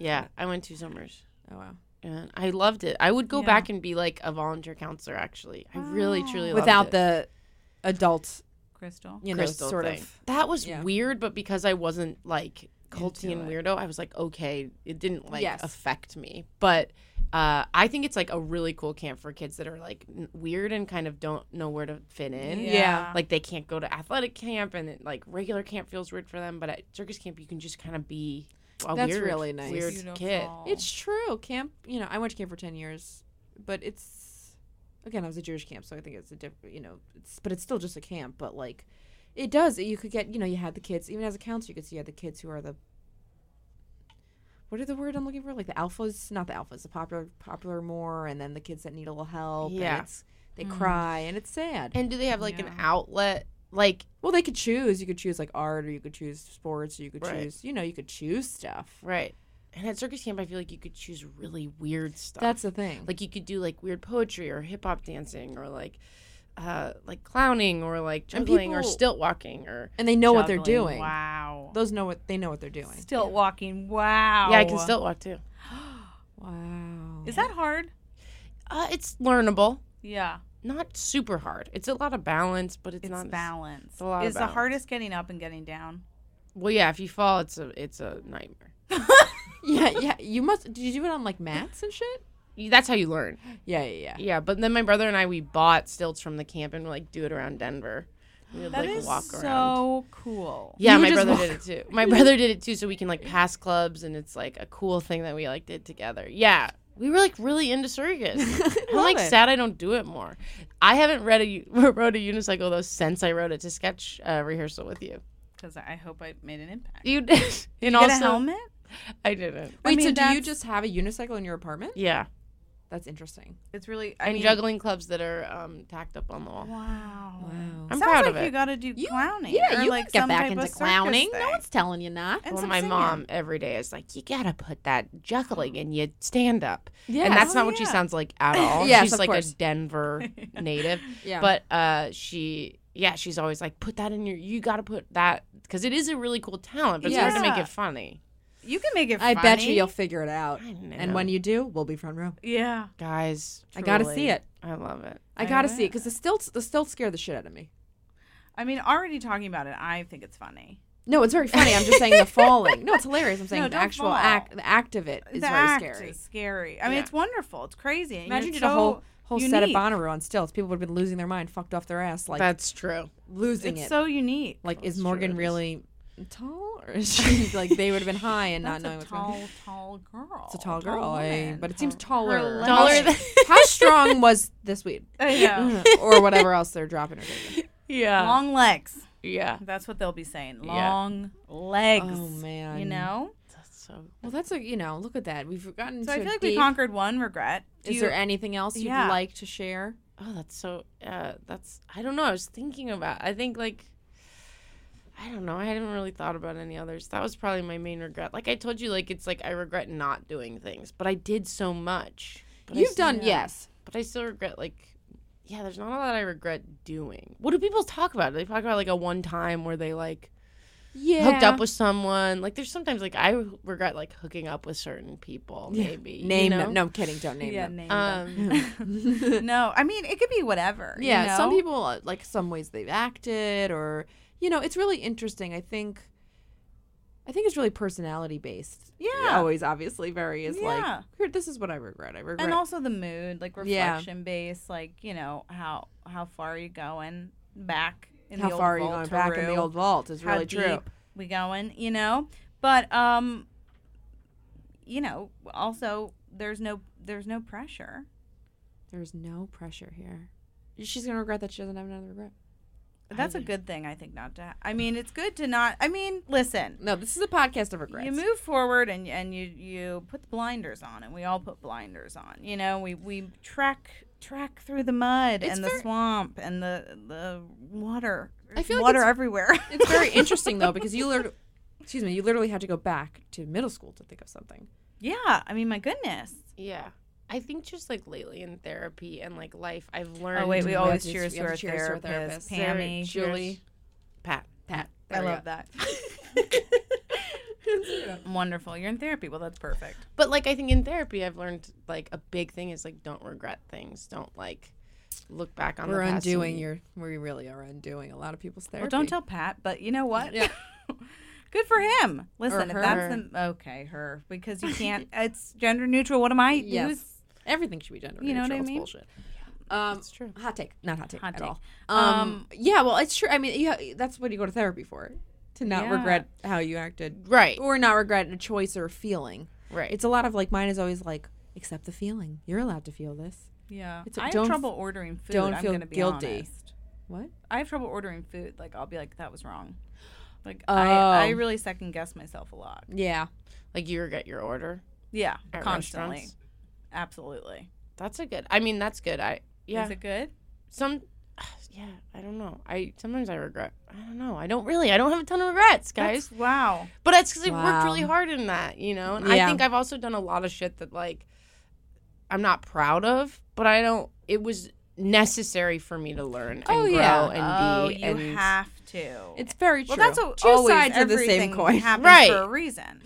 C: Yeah, I went two summers.
B: Oh wow.
C: and I loved it. I would go
A: Yeah.
C: back and be like a volunteer counselor. Actually, I really truly loved
B: Without
C: it.
B: the adult,
A: Crystal.
B: you know,
C: crystal
B: sort
C: thing.
B: of.
C: That was
B: Yeah.
C: weird, but because I wasn't like culty
B: Into
C: and
B: it.
C: weirdo, I was like, okay, it didn't like
B: Yes.
C: affect me. But uh, I think it's like a really cool camp for kids that are like n- weird and kind of don't know where to fit in.
B: Yeah.
C: Like they can't go to athletic camp, and it, like regular camp feels weird for them. But at circus camp, you can just kind of be a
B: That's
C: weird,
B: really nice.
C: weird kid.
A: Beautiful.
B: It's true. Camp, you know, I went to camp for 10 years, but it's again, I was a Jewish camp, so I think it's a different, you know, it's but it's still just a camp, but like it does. You could get, you know, you had the kids, even as a counselor, you could see you had the kids who are the what are the word I'm looking for? Like the alphas, not the alphas, the popular popular more and then the kids that need a little help and
C: Yeah. Mm.
B: it's they cry and it's sad.
C: And do they have like an
A: Yeah.
C: outlet? Like
B: well, they could choose. You could choose like art or you could choose sports or you could
C: Right.
B: choose, you know, you could choose stuff.
C: Right. And at circus camp, I feel like you could choose really weird stuff.
B: That's the thing.
C: like you could do like weird poetry or hip hop dancing or like, uh, like clowning or like
B: And
C: juggling or
B: people-
C: stilt walking or.
B: and they know what they're
A: Juggling.
B: doing.
A: Wow.
B: Those know what they know what they're doing.
A: Stilt walking. Wow.
C: Yeah, I can stilt walk too.
B: Wow.
A: Is that hard?
C: Uh, it's learnable,
A: Yeah.
C: not super hard. It's a lot of balance, but it's,
A: It's,
C: not as-
A: balance.
C: a lot of
A: Is the
C: balance.
A: hardest getting up and getting down?
C: Well, yeah, if you fall, it's a it's a nightmare.
B: Yeah, yeah. You must. Did you do it on like mats and shit?
C: You- That's how you learn.
B: Yeah, yeah, yeah.
C: Yeah, but then my brother and I we bought stilts from the camp and we like do it around Denver. We would
A: That
C: like
A: is
C: walk around.
A: so cool.
C: Yeah,
B: You
C: my
B: just
C: brother
B: walk-
C: did it too. My brother did it too, so we can like pass clubs, and it's like a cool thing that we like did together. Yeah, we were like really into circus. I'm like
B: it.
C: sad I don't do it more. I haven't read a u- rode a unicycle though since I rode it to sketch uh, rehearsal with you.
A: Because I hope I made an impact.
C: You did, and
A: Get
C: also
A: a helmet?
C: I didn't.
B: Wait,
A: I mean,
B: so do you
A: that's-
B: just have a unicycle in your apartment?
C: Yeah,
B: That's interesting.
A: It's really. I
C: and
A: mean,
C: juggling clubs that are um, tacked up on the wall.
A: Wow.
B: Wow.
C: I'm
A: Sounds
C: proud
A: like
C: of it.
A: you got to do
B: You-
A: clowning.
B: yeah,
A: or
B: you
A: like
B: can get
A: some
B: back
A: type of
B: into
A: circus
B: clowning. No
A: thing.
B: one's telling you not.
A: And
C: well,
A: some
C: my
A: singing.
C: mom every day is like, you gotta put that juggling in your stand up.
B: Yes.
C: And that's
A: Oh,
C: not what she
A: yeah.
C: sounds like at all.
B: Yes,
C: She's
B: of
C: like
B: course.
C: a Denver native.
B: Yeah.
C: But uh, she, yeah, she's always like, put that in your, you gotta put that, because it is a really cool talent, but it's hard to make
A: Yeah.
C: it funny.
A: You can make it.
B: I bet you
A: funny.
B: you'll figure it out.
C: I know.
B: And when you do, we'll be front row.
A: Yeah.
C: guys,
B: I gotta
C: truly,
B: see it.
C: I love it.
B: I
A: I
B: gotta see it
A: bet.
B: because the stilts the stilts scare the shit out of me.
A: I mean, already talking about it, I think it's funny.
B: No, it's very funny. I'm just saying the falling. No, it's hilarious. I'm saying
A: No,
B: the
A: don't
B: actual
A: fall.
B: act the act of it is
A: the
B: very
A: act
B: scary.
A: is scary. I mean,
C: Yeah.
A: it's wonderful. It's crazy. And
B: Imagine you
A: it's
B: did a whole
A: so
B: whole set of
A: unique.
B: Bonnaroo on stilts. People would have been losing their mind, fucked off their ass, like
C: That's true.
B: losing
A: It's
B: it.
A: so unique.
B: Like, is
C: That's
B: Morgan
C: true, it is.
B: really tall, or is she like they would have been high and not
A: That's
B: knowing
A: a
B: what's going on?
A: tall, tall girl.
B: It's a tall girl, eh?
A: woman.
B: but it seems
A: Her-
B: taller.
A: her
C: Taller
A: legs.
C: than-
B: How strong was this weed,
A: I know.
B: or whatever else they're dropping? Or taking?
C: Yeah.
A: Long legs.
C: yeah.
A: That's what they'll be saying.
C: Yeah.
A: Long legs.
B: oh man,
A: You know.
C: That's so,
B: Well, that's a you know, look at that. We've gotten
A: So
B: to
A: I feel
B: a
A: like we
B: deep-
A: conquered one regret. Do
B: Is
A: you-
B: there anything else you'd
A: Yeah.
B: like to share?
C: oh, that's so, uh, that's, I don't know. I was thinking about, I think like, I don't know. I hadn't really thought about any others. That was probably my main regret. Like I told you, like it's like I regret not doing things, but I did so much. But I
B: You've
C: s-
B: done yes.
C: but I still regret like yeah, there's not a lot I regret doing. What do people talk about? They talk about like a one time where they like
B: Yeah.
C: hooked up with someone. Like there's sometimes like I regret like hooking up with certain people maybe. you
B: name
C: know?
B: them. No, I'm kidding. Don't name
A: Yeah,
B: them.
A: name them.
C: Um
A: no, I mean it could be whatever. you
B: Yeah, some
A: know?
B: people uh, like some ways they've acted, or you know, it's really interesting. I think, I think it's really personality based.
A: Yeah.
B: always obviously very is
A: Yeah.
B: like here, this is what I regret. I regret.
A: and also the mood, like
B: Yeah.
A: reflection based, like you know how how far are you going back in
B: how
A: the
B: far are you
A: old
B: going back in the
A: Voltairu?
B: old vault is
A: how
B: really true.
A: deep we going, you know. But um, you know, also there's no there's no pressure.
B: There's no pressure here. She's gonna regret that she doesn't have another regret.
A: That's a good thing, I think. Not to. Ha- I mean, it's good to not. I mean, listen.
B: No, this is a podcast of regrets.
A: You move forward and and you you put the blinders on, and we all put blinders on. You know, we we track track through the mud
B: It's
A: and
B: ver-
A: the swamp and the the water.
B: I feel like
A: water
B: it's-
A: everywhere.
B: It's very interesting though because you learn. Excuse me. You literally had to go back to middle school to think of something.
A: yeah, I mean, my goodness.
C: yeah. I think just like lately in therapy and like life, I've learned.
A: Oh wait, we
B: we
A: always
B: have to-
A: cheers
B: we
A: to
B: have
A: our
B: to cheers to our
A: therapist,
B: therapist.
C: Sarah,
A: Pammy,
C: cheers.
B: Julie.
C: Pat.
B: Pat.
A: I
B: there we
A: love
B: go.
A: that. Wonderful. You're in therapy. Well, that's perfect.
C: But like I think in therapy, I've learned like a big thing is like don't regret things. Don't like look back on.
B: We're
C: the past and-
B: undoing your. We really are undoing a lot of people's therapy.
A: Well, don't tell Pat, but you know what?
B: Yeah.
A: Good for him. Listen, if that's
C: her.
A: the okay, her because you can't. it's gender neutral. What am I?
B: Yes.
A: Who's
B: Everything should be gender
A: You know what
B: neutral.
A: I mean?
B: It's bullshit. Um,
C: It's true.
B: hot take, not hot take
A: Hot
B: at
A: take.
B: all. Um, yeah, well, it's true. I mean, yeah, that's what you go to therapy for, to not
A: Yeah.
B: regret how you acted,
C: Right.
B: or not regret a choice or a feeling.
C: Right.
B: It's a lot of like mine is always like accept the feeling. You're allowed to feel this.
A: Yeah,
B: It's-
A: I have
B: don't-
A: trouble ordering food.
B: don't
A: I'm
B: feel
A: gonna be
B: guilty.
A: honest.
B: What?
A: I have trouble ordering food. Like I'll be like, that was wrong. Like I, I
B: Oh.
A: really second guess myself a lot.
B: Yeah.
C: like you regret your order
A: Yeah,
C: at
A: constantly.
C: restaurants.
A: Absolutely.
C: That's a good. I mean, that's good. I yeah.
A: Is it good?
C: Some. Yeah, I don't know. I sometimes I regret. I don't know. I don't really. I don't have a ton of regrets, guys.
A: That's- wow.
C: But that's because I worked
B: Wow.
C: really hard in that, you know. And I
B: Yeah.
C: think I've also done a lot of shit that like I'm not proud of, but I don't. It was necessary for me to learn and
B: Oh,
C: grow
B: yeah.
A: oh,
C: and be.
A: you
C: and
A: have to.
B: It's very
A: well,
B: true.
A: that's what
B: two
A: always
B: sides of the
A: everything
B: same coin.
A: Happens
C: Right.
A: for a reason.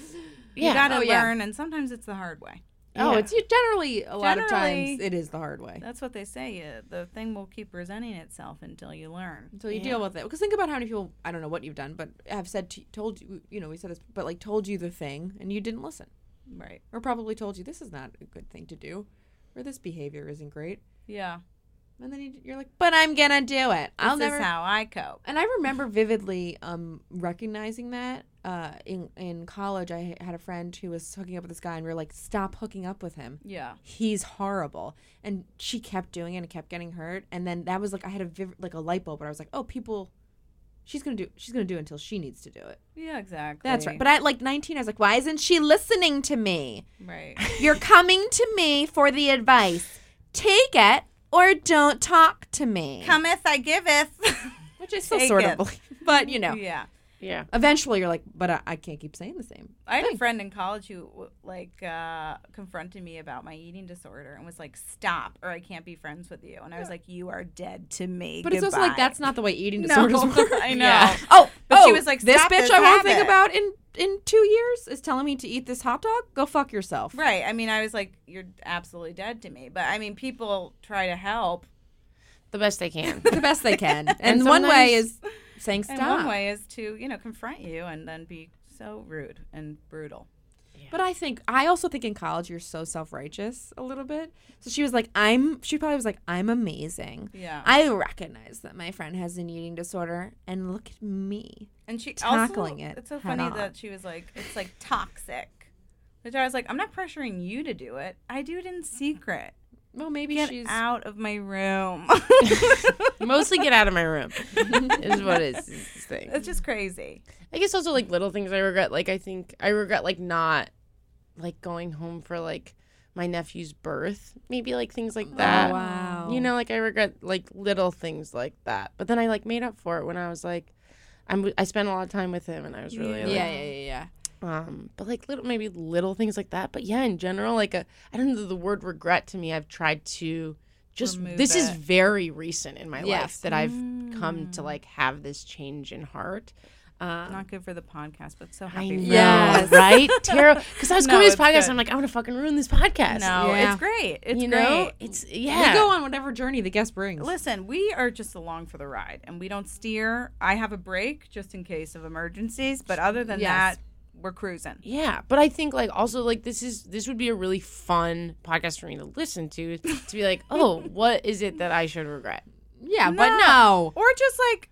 C: yeah.
A: You got to
B: Oh, yeah.
A: learn, and sometimes it's the hard way.
B: Oh,
C: yeah.
B: it's generally a lot of times
A: Generally-
B: it is the hard way
A: That's what they say. Uh, the thing will keep presenting itself until you learn.
B: until you deal with it. Because think about how many people I don't know what you've done, but have said to, told you you know we said this, but like told you the thing and you didn't listen,
A: Right.
B: or probably told you this is not a good thing to do, or this behavior isn't great,
A: Yeah.
B: and then you, you're like, but I'm gonna do it. I'll
A: this
B: never.
A: is how I cope.
B: And I remember vividly um, recognizing that uh, in in college, I had a friend who was hooking up with this guy, and we were like, "Stop hooking up with him.
A: Yeah.
B: He's horrible." And she kept doing it and kept getting hurt. And then that was like, I had a vivid, like a light bulb, but I was like, "Oh, people, she's gonna do, she's gonna do it until she needs to do it."
A: Yeah, exactly.
B: That's right. But at like 19, I was like, "Why isn't she listening to me?
A: right.
B: You're coming to me for the advice. Take it." Or don't talk to me.
A: Cometh, I giveth.
B: Which I still
A: Take
B: sort
A: it.
B: of believe. But, you know.
A: yeah.
C: yeah.
B: eventually you're like, but I, I can't keep saying the same.
A: I had a friend in college who w- like uh, confronted me about my eating disorder and was like, "Stop, or I can't be friends with you." And I was like, "You are dead to me."
B: But it's also like
A: Goodbye."
B: that's not the way eating
A: No,
B: disorders work.
A: I know.
C: Yeah.
B: Oh,
A: But
B: oh,
A: she was like,
B: this
A: "Stop
B: bitch
A: this
B: I won't think
A: habit."
B: about in in two years is telling me to eat this hot dog. Go fuck yourself.
A: Right. I mean, I was like, "You're absolutely dead to me." But I mean, people try to help,
C: The best I can.
B: The best they can. and one way is
C: sometimes-
B: saying stop.
A: and one way is to you know confront you and then be so rude and brutal.
B: But I think I also think in college you're so self righteous a little bit. So she was like, I'm. She probably was like, I'm amazing.
A: Yeah.
B: I recognize that my friend has an eating disorder, and look at me.
A: And she
B: Tackling
A: also,
B: it
A: It's so
B: head
A: funny
B: on.
A: that she was like, "It's like toxic." Which I was like, "I'm not pressuring you to do it. I do it in secret.
B: Well, maybe
A: Get
B: she's
A: out of my room."
C: Mostly get out of my room. is what is this thing.
A: it's just crazy.
C: I guess also like little things I regret. Like I think I regret like not like going home for like my nephew's birth. Maybe like things like that.
B: wow.
A: Oh.
C: You know, like I regret like little things like that. But then I like made up for it when I was like, I'm I spent a lot of time with him and I was really like,
B: Yeah, yeah, yeah, yeah.
C: um, but like little maybe little things like that. But yeah, in general, like a I don't know the word regret to me. I've tried to just
A: Remove
C: this is
A: it. Mm.
C: very recent in my
B: Yes.
C: life that I've come to like have this change in heart. Um,
A: Not good for the podcast, but so
C: I
A: happy.
C: know,
A: for
B: Yes.
C: right? Terrible. Because I was
A: No,
C: coming to
A: it's
C: this podcast,
A: good.
C: and I'm like, I'm gonna fucking ruin this
A: you.
C: podcast.
A: No,
B: Yeah.
A: it's great. It's
C: you
A: great.
C: know, it's yeah.
B: We go on whatever journey the guest brings.
A: Listen, we are just along for the ride, and we don't steer. I have a break just in case of emergencies, but other than
B: Yes.
A: that, we're cruising.
C: Yeah, but I think like also like this is this would be a really fun podcast for me to listen to to be like, oh, what is it that I should regret?
B: Yeah, but no.
A: Or just like,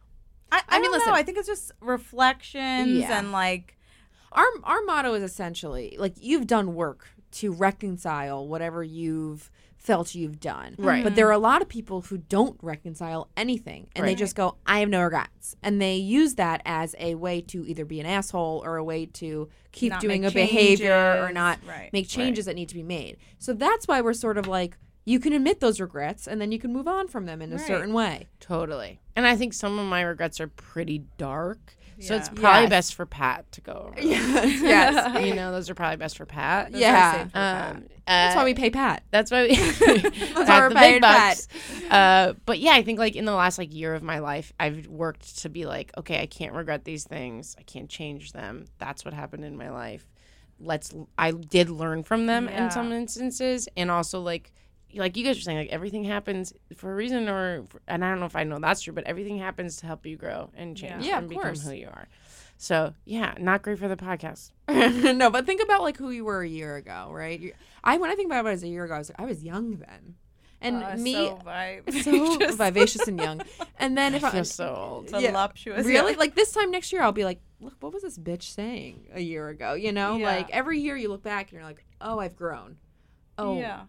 A: I, I,
C: I mean,
A: don't
C: listen.
A: know. I think it's just reflections
B: Yeah.
A: and like,
B: Our our motto is essentially like you've done work to reconcile whatever you've felt you've done.
C: Right.
B: But there are a lot of people who don't reconcile anything and they
C: Right.
B: just go, I have no regrets. And they use that as a way to either be an asshole or a way to keep
A: Not
B: doing a
A: make
B: behavior or
A: changes.
B: not
A: Right.
B: make changes that need to be made. So that's why we're sort of like you can admit those regrets and then you can move on from them in a
A: Right.
B: certain way.
C: Totally. And I think some of my regrets are pretty dark. So it's
A: Yeah.
C: probably
B: Yes.
C: best for Pat to go. Over.
B: Yes. yes.
C: you know, those are probably best for Pat.
B: Those are Yeah. Uh, safe for
C: Um,
B: That's
C: uh,
B: why we pay Pat.
C: That's why we
B: That's
C: that's
B: why we're fired
C: Uh, but yeah, I think like in the last like year of my life, I've worked to be like, okay, I can't regret these things. I can't change them. That's what happened in my life. Let's. I did learn from them
A: Yeah.
C: in some instances, and also like, like you guys were saying, like everything happens for a reason, or and I don't know if I know that's true, but everything happens to help you grow and change
B: Yeah,
C: and
B: of
C: become
B: course.
C: who you are. So yeah, not great for the podcast.
B: no, but think about like who you were a year ago, right? You- I when I think about it as a year ago, I was like, I was young then, and
A: Uh,
B: me
A: so vibe.
B: so vivacious and young. And then if
C: I
B: I
C: feel so old.
B: Yeah.
A: voluptuous.
B: really like this time next year, I'll be like, look, what was this bitch saying a year ago? You know,
A: Yeah.
B: like every year you look back and you're like, oh, I've grown. Oh,
A: yeah.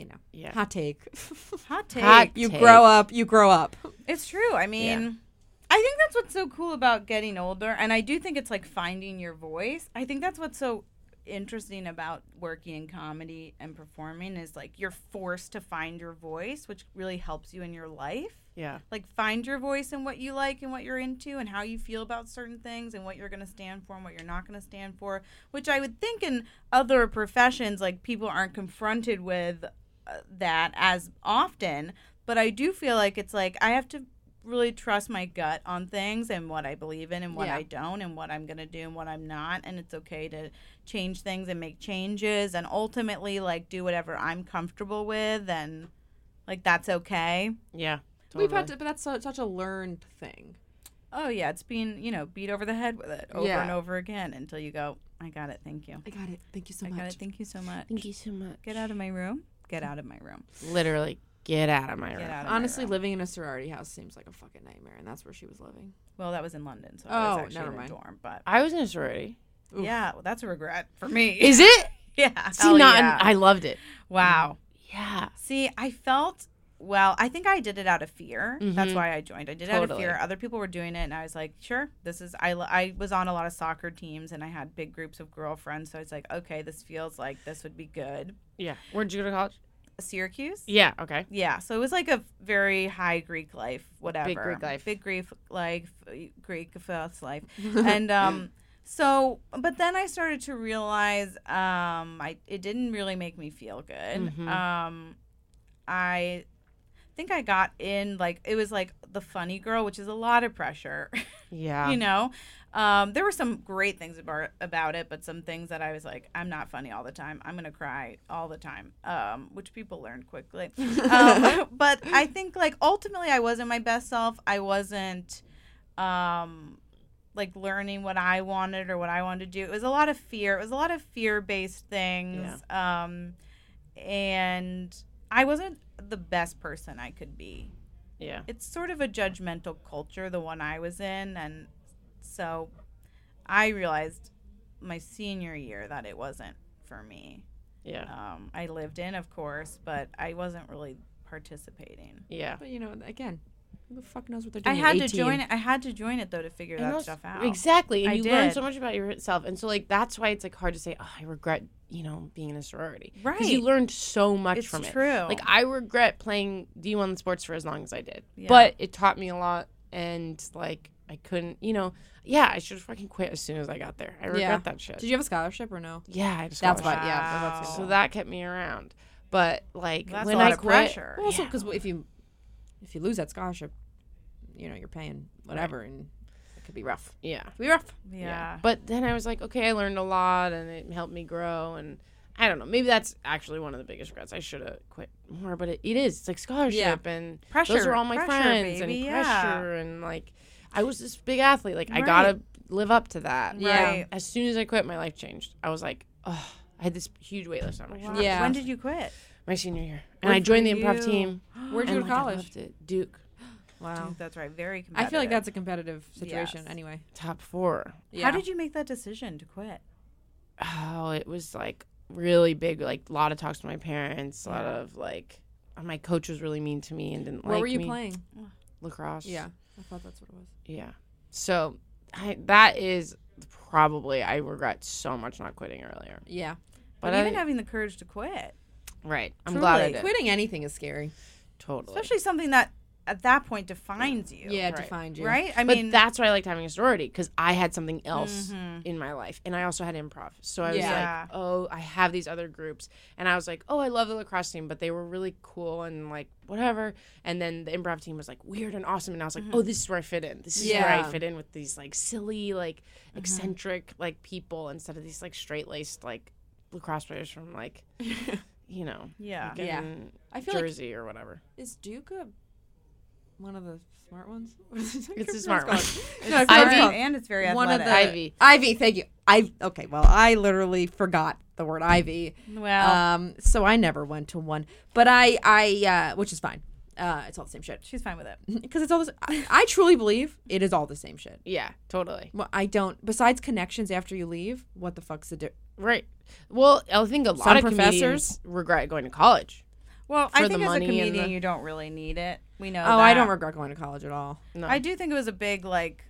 B: you know,
C: Yeah.
B: hot take.
A: Hot take.
C: Hot
B: you
C: take.
B: grow up. You grow up.
A: It's true. I mean, I think that's what's so cool about getting older, and I do think it's like finding your voice. I think that's what's so interesting about working in comedy and performing is like you're forced to find your voice, which really helps you in your life.
C: Yeah.
A: Like find your voice and what you like and what you're into and how you feel about certain things and what you're going to stand for and what you're not going to stand for, which I would think in other professions like people aren't confronted with uh, that as often, but I do feel like it's like I have to really trust my gut on things and what I believe in and what
B: Yeah.
A: I don't and what I'm going to do and what I'm not and it's okay to change things and make changes and ultimately like do whatever I'm comfortable with and like that's okay.
C: Yeah.
B: We've had to, but that's so, such a learned thing.
A: Oh yeah, it's being, you know, beat over the head with it over
B: Yeah.
A: and over again until you go, I got it. Thank you.
B: I got it. Thank you so
A: I got it.
B: much.
A: Thank you so much.
C: Thank you so much.
A: Get out of my room. Get out of my room.
C: Literally, get out of my
A: Get
C: room.
A: out of my
B: Honestly,
A: room.
B: living in a sorority house seems like a fucking nightmare, and that's where she was living.
A: well, that was in London, so I was
B: Oh,
A: actually
B: never
A: in a
B: mind.
A: dorm, but
C: I was in a sorority.
B: Oof.
A: yeah, well, that's a regret for me.
C: Is it?
A: yeah.
C: See,
A: Hell
C: not.
A: Oh, yeah.
C: I loved it.
A: wow.
C: Yeah.
A: See, I felt well, I think I did it out of fear. That's
C: Mhm.
A: why I joined. I did it out of
C: Totally.
A: fear. Other people were doing it, and I was like, sure, this is. I, lo- I was on a lot of soccer teams, and I had big groups of girlfriends, so it's like, okay, this feels like this would be good.
C: Yeah. Where'd you go to college?
A: Syracuse?
C: Yeah. Okay.
A: Yeah, so it was like a very high Greek life, whatever.
C: Greek life.
A: Big Greek life, Greek first life. and um, so, but then I started to realize um, I, it didn't really make me feel good.
C: Mhm.
A: Um, I think I got in, like, it was like the funny girl, which is a lot of pressure,
C: Yeah.
A: you know? Um, there were some great things about, about it, but some things that I was like, I'm not funny all the time. I'm going to cry all the time, um, which people learned quickly um, but I think like ultimately I wasn't my best self. I wasn't um, like learning what I wanted or what I wanted to do. It was a lot of fear. It was a lot of fear based things. Um, and I wasn't the best person I could be.
C: yeah.
A: It's sort of a judgmental culture, the one I was in. And so I realized my senior year that it wasn't for me
C: Yeah.
A: um, I lived in, of course, but I wasn't really participating.
C: Yeah.
B: But you know, again, who the fuck knows what they're
A: I
B: doing? at
A: had to
B: 18?
A: join it. I had to join it though to figure
C: And
A: that
C: also-
A: stuff out.
C: Exactly. And
A: I
C: you learn so
A: did.
C: much about yourself. And so like that's why it's like hard to say, Oh, I regret, you know, being in a sorority. Because you
A: Right.
C: learned so much
A: It's
C: from it.
A: true.
C: Like I regret playing D one sports for as long as I did.
A: Yeah.
C: But it taught me a lot and like I couldn't you know, yeah, I should have fucking quit as soon as I got there. I regret
B: Yeah.
C: that shit.
B: Did you have a scholarship or no?
C: yeah, I just
B: That's
C: got
B: why.
C: shot.
B: Yeah,
A: Wow.
B: that's
C: So that kept me around. But like
A: That's
C: when
A: a lot
C: I
A: of
C: quit,
A: pressure.
B: Well, also because if you if you lose that scholarship, you know you're paying whatever, and it could be rough.
C: yeah.
B: It could be rough.
A: yeah.
C: But then I was like, okay, I learned a lot and it helped me grow and I don't know. Maybe that's actually one of the biggest regrets. I should have quit more, but it, it is. It's like scholarship and Those
A: Pressure,
C: are all my
A: pressure,
C: friends
A: baby,
C: and
A: yeah.
C: pressure and like I was this big athlete. Like I
A: Right.
C: gotta live up to that.
B: Yeah.
A: Right.
C: As soon as I quit, my life changed. I was like, oh, I had this huge weight list on my shoulders.
A: Wow.
B: Yeah.
A: When did you quit?
C: My senior year,
A: Good
C: and I joined the
A: for
C: improv
A: you.
C: team.
B: Where'd you go
C: and,
B: to
C: like, I
B: college?
C: loved it. Duke
B: Wow.
A: Dude, that's right. Very
B: I
A: competitive.
B: feel like that's a competitive situation
A: Yes.
B: anyway.
C: top four.
B: Yeah.
A: How did you make that decision to quit?
C: oh, it was like really big, like a lot of talks to my parents, a lot
A: Yeah.
C: of like my coach was really mean to me and didn't
B: Where
C: like
B: were you
C: me.
B: playing?
C: Lacrosse.
B: Yeah, I thought that's what it was.
C: Yeah. So I, that is probably I regret so much not quitting earlier.
B: Yeah,
A: But,
C: But I,
A: even having the courage to quit,
C: right. I'm glad I
A: Truly.
C: did.
B: quitting anything is scary.
C: Totally.
A: especially something that at that point defines you.
B: yeah,
C: right.
B: to find you.
A: Right? I
C: but
A: mean,
C: that's why I liked having a sorority because I had something else
A: Mhm.
C: in my life, and I also had improv. So I was
A: Yeah.
C: like, oh, I have these other groups, and I was like, oh, I love the lacrosse team, but they were really cool and like whatever. And then the improv team was like weird and awesome, and I was like, oh, this is where I fit in. This is where I
B: Mm-hmm. Yeah. Mm-hmm.
C: fit in with these like silly, like eccentric, like people instead of these like straight laced like lacrosse players from like, you know,
A: yeah.
C: like,
B: Yeah.
C: in
B: I feel like-
C: Jersey or whatever.
B: Is Duke a one of the smart ones?
C: It's a smart
B: No,
C: one.
B: I
A: It's
B: forgot
C: Ivy.
A: smart and it's very
B: one of
A: athletic.
B: the
C: Ivy.
B: Ivy, thank you. I okay. Well, I literally forgot the word Ivy.
A: Well,
C: uh,
B: Um, so I never went to one, but I, I, uh, which is fine. Uh, it's all the same shit
A: she's fine with it.
B: because it's all this. I, I truly believe it is all the same shit.
C: Yeah, totally.
B: Well, I don't. Besides connections after you leave, what the fuck's the difference?
C: Right. Well, I think a lot
B: Some
C: of
B: professors-
C: professors regret going to college.
A: Well,
C: For
A: I
C: the
A: think as a
C: money and
A: comedian,
C: the-
A: you don't really need it. We know.
B: Oh, I
A: that.
B: don't regret going to college at all.
C: No,
A: I
C: I,
A: do think it was a big like.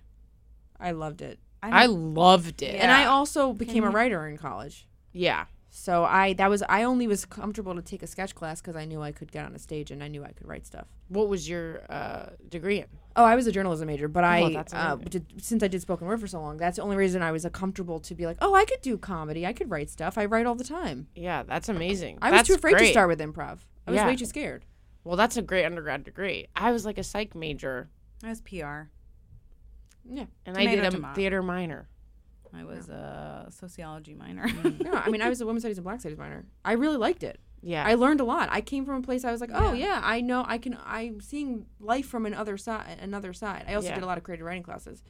B: I loved it,
A: I, don't-
C: loved it.
B: and I
A: Yeah.
B: also became a writer in college.
C: yeah,
B: So I that was I only was comfortable to take a sketch class because I knew I could get on a stage and I knew I could write stuff.
C: what was your uh, degree in?
B: Oh, I was a journalism major, but I
C: Oh, that's
B: uh, did, since I did spoken word for so long, that's the only reason I was uh, comfortable to be like, oh, I could do comedy, I could write stuff, I write all the time.
C: Yeah, that's amazing.
B: I was
C: That's
B: too afraid
C: great.
B: to start with improv. I was
C: Yeah.
B: way too scared.
C: Well, that's a great undergrad degree. I was like a psych major,
A: I was PR.
B: Yeah,
C: and I
A: Tomato,
C: did a
A: tomato.
C: theater minor.
A: I was a sociology minor.
C: Mm.
B: no, I mean, I was a women's studies and black studies minor. I really liked it.
C: Yeah,
B: I learned a lot. I came from a place I was like, oh yeah, I know, I can, I'm seeing life from another side. Another side. I also
C: Yeah.
B: did a lot of creative writing classes.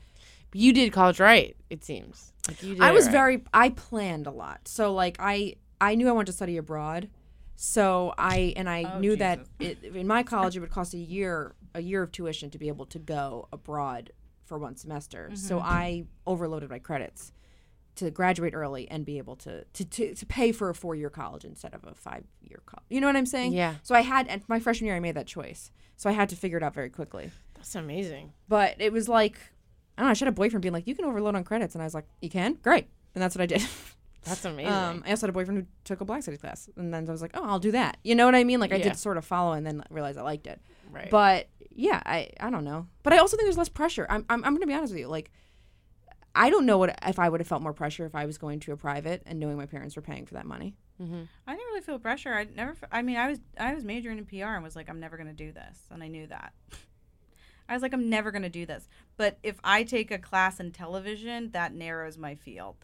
C: you did college right. It seems like you did.
B: I
C: it
B: was
C: right.
B: very I planned a lot. So like I I knew I wanted to study abroad. So I and I
A: Oh,
B: knew that it, in my college it would cost a year a year of tuition to be able to go abroad for one semester. So
C: Mm-hmm.
B: I overloaded my credits to graduate early and be able to to, to, to pay for a four year college instead of a five year college. You know what I'm saying?
C: Yeah.
B: So I had and my freshman year I made that choice. So I had to figure it out very quickly.
C: That's amazing.
B: But it was like I don't know, I should have a boyfriend being like, You can overload on credits and I was like, You can? Great. And that's what I did.
C: That's amazing.
B: Um, I also had a boyfriend who took a black studies class, and then I was like, "Oh, I'll do that." You know what I mean? Like I
C: Yeah.
B: did sort of follow, and then realized I liked it.
C: right.
B: But yeah, I I don't know. But I also think there's less pressure. I'm I'm, I'm gonna be honest with you. Like I don't know what if I would have felt more pressure if I was going to a private and knowing my parents were paying for that monfe
C: Mm-hmm.
A: I didn't really feel pressure. I never. f- I mean, I was I was majoring in PR and was like, I'm never gonna do this, and I knew that. I was like, I'm never gonna do this. But if I take a class in television, that narrows my field.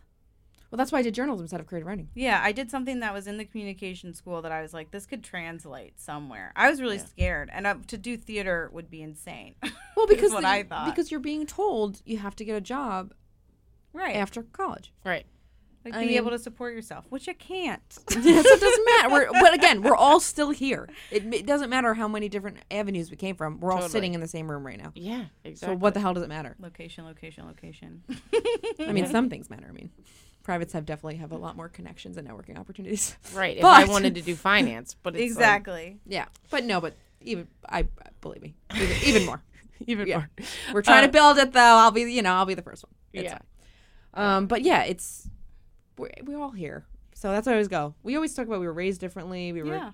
B: Well, that's why I did journalism instead of creative writing.
A: Yeah, I did something that was in the communication school that I was like, this could translate somewhere. I was really scared, and uh, to do theater would be insane.
B: Well,
A: Is
B: because
A: what
B: the-
A: I thought.
B: because you're being told you have to get a job
A: right.
B: after college.
C: right.
A: like,
B: I
A: be
B: mean-
A: able to support yourself, which I can't.
B: so it doesn't matter. We're, but again, we're all still here. It, it doesn't matter how many different avenues we came from. We're all
C: Totally.
B: sitting in the same room right now.
C: Yeah.
B: So
C: Exactly.
B: what the hell does it matter?
A: location, location, location.
B: I mean, some things matter. I mean, privates have definitely have a lot more connections and networking opportunities.
C: Right. If I
B: But-
C: wanted to do finance, but it's like,
A: exactly.
B: Yeah, but no, but even I believe me, even, even more.
C: even
B: Yeah.
C: more.
B: We're trying
C: Uh,
B: to build it though. I'll be, you know, I'll be the first one. It's
C: Yeah.
B: fine. Um, but yeah, it's we're, we're all here, so that's where I always go. We always talk about we were raised differently. We were
A: Yeah.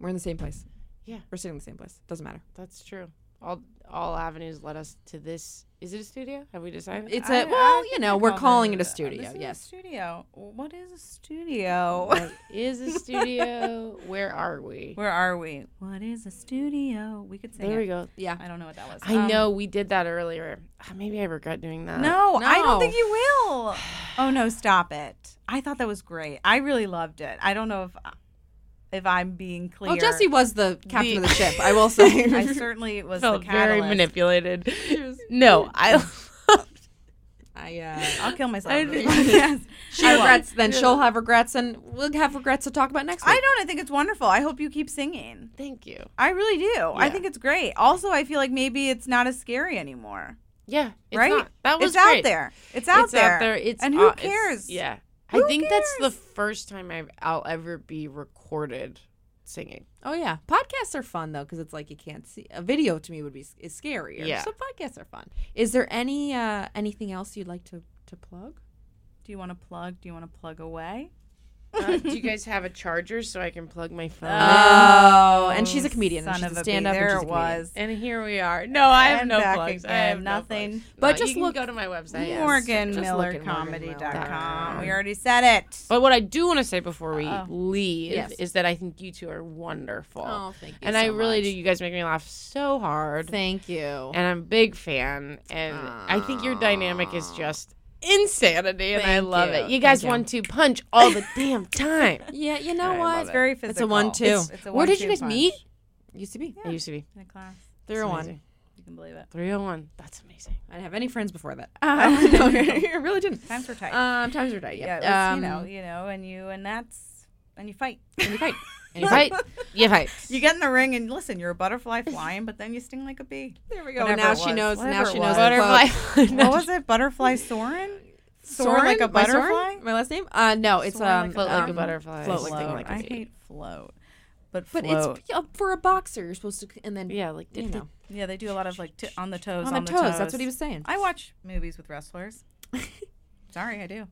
B: we're in the same place.
C: Yeah.
B: we're sitting in the same place. Doesn't matter.
C: That's true. All all avenues led us to this. Is it a studio? Have we decided?
B: It's
A: I-
B: a
A: I
B: well, you
A: think
B: know,
A: we
B: we're
A: called
B: calling it a
A: uh,
B: studio.
A: this is a
B: Yes.
A: studio. What is a studio?
C: What is a studio? Where are we?
A: Where are we? What is a studio? We could sing
C: There
A: it.
C: we go.
B: Yeah.
A: I don't know what that was.
C: I
A: Um,
C: know we did that earlier. Ah, Maybe I regret doing that.
A: No, I
B: No.
A: don't think you will. Oh no, stop it. I thought that was great. I really loved it. I don't know if if I'm being clear.
B: Well, Jesse was the captain of the ship. I will say.
A: I certainly was
C: felt
A: the
C: very
A: catalyst.
C: manipulated. No, I.
B: I uh,
A: I'll kill myself.
C: I-
A: Yes.
B: She regrets, then she'll have regrets, and we'll have regrets to talk about next
A: I
B: week.
A: don't. I think it's wonderful. I hope you keep singing.
C: Thank you.
A: I really do. I think it's great. Also, I feel like maybe it's not as scary anymore.
C: Yeah, it's
A: right?
C: not- that was
A: it's out
C: great.
A: there. It's out
C: it's
A: there.
C: out there. It's
A: and who
C: out- it's-
A: cares?
C: yeah,
A: Who
C: I think that's the first time I've, I'll ever be recorded singing.
B: Oh yeah, podcasts are fun though because it's like you can't see a video. To me, would be s- is scarier.
C: Yeah.
B: So podcasts are fun. Is there any uh anything else you'd like to to plug?
A: Do you want to plug? Do you want to plug away?
C: Uh, do you guys have a charger so I can plug my phone?
B: Oh, and she's a comedian. and
A: Son
B: she's
A: of
B: a
A: a
B: stand up.
A: bee. There it was.
C: and here we are. No, I have
A: And
C: no
A: back
C: plugs. I
A: again,
C: have no
A: nothing.
C: plugs.
B: But
C: No,
B: just
C: you can
B: look-
C: go to my website.
B: Yes. Just look at
A: MorganMiller.com.
B: morganmiller.com.
A: We already said it.
C: But what I do want to say before we
A: Uh-oh.
C: leave
B: Yes.
C: is that I think you two are wonderful.
B: Oh, thank you.
C: and I really do. You guys make me laugh so hard.
B: Thank you.
C: and I'm a big fan. And I think your dynamic is just insanity, and I
B: Thank
C: love
B: you.
C: it. You
B: Thank
C: guys
B: you.
C: one two punch all the damn time.
B: yeah, you know what?
C: I love
A: It's very physical.
B: It's a one-two.
A: It's, it's a
C: Where did
A: one-two
C: you guys
A: punch.
C: meet?
B: Used to be.
C: I used to be
A: In a class.
B: Three or one.
C: amazing.
A: You can believe it.
C: 301. That's amazing.
B: I didn't have any friends before that.
A: Uh,
B: no, I really didn't.
A: Times were tight.
B: Um, times are tight.
A: yeah,
B: Yep.
A: it was, you
B: Um,
A: know, you know, and you and that's and you fight.
B: and you fight.
C: And you fight. you fight.
A: You get in the ring and listen, you're a butterfly flying, but then you sting like a bee.
B: There we go.
A: Whatever
B: Oh, now
A: it
B: she
A: was.
B: knows.
A: Whatever
B: now
A: it
B: she
A: was.
B: knows. the
C: Butterfly.
B: quote.
A: what was it? Butterfly soaring? Soar like a
B: My Soren?
A: butterfly?
B: My last name? Uh, no, it's
A: Soar
B: um,
A: like
C: Float like a
B: um,
C: butterfly.
B: Float
C: Float
B: like
A: Float.
C: like
A: I
C: a bee.
A: hate float. But
B: But
A: float.
B: it's yeah, for a boxer. You're supposed to, and then
C: Yeah, like
B: you know,
A: yeah, they do a lot of like t- on the toes.
B: on the toes. That's what he was saying.
A: I watch movies with wrestlers. Sorry, I do.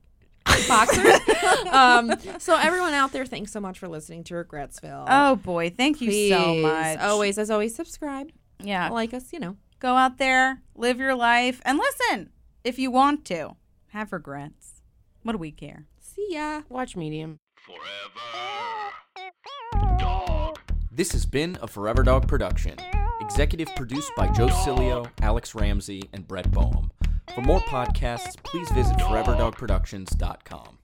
B: boxers. um, so everyone out there, thanks so much for listening to Regretsville.
A: Oh boy, thank you so
B: Please, Oh,
A: much.
B: Always, as always, subscribe,
A: yeah.
B: like us. You know,
A: Go out there, live your life, and listen if you want to. Have regrets. What do we care?
B: see ya.
C: Watch Medium.
D: This has been a Forever Dog production. Executive produced by Joe Cilio, Alex Ramsey, and Brett Boehm. For more podcasts, please visit foreverdogproductions.com.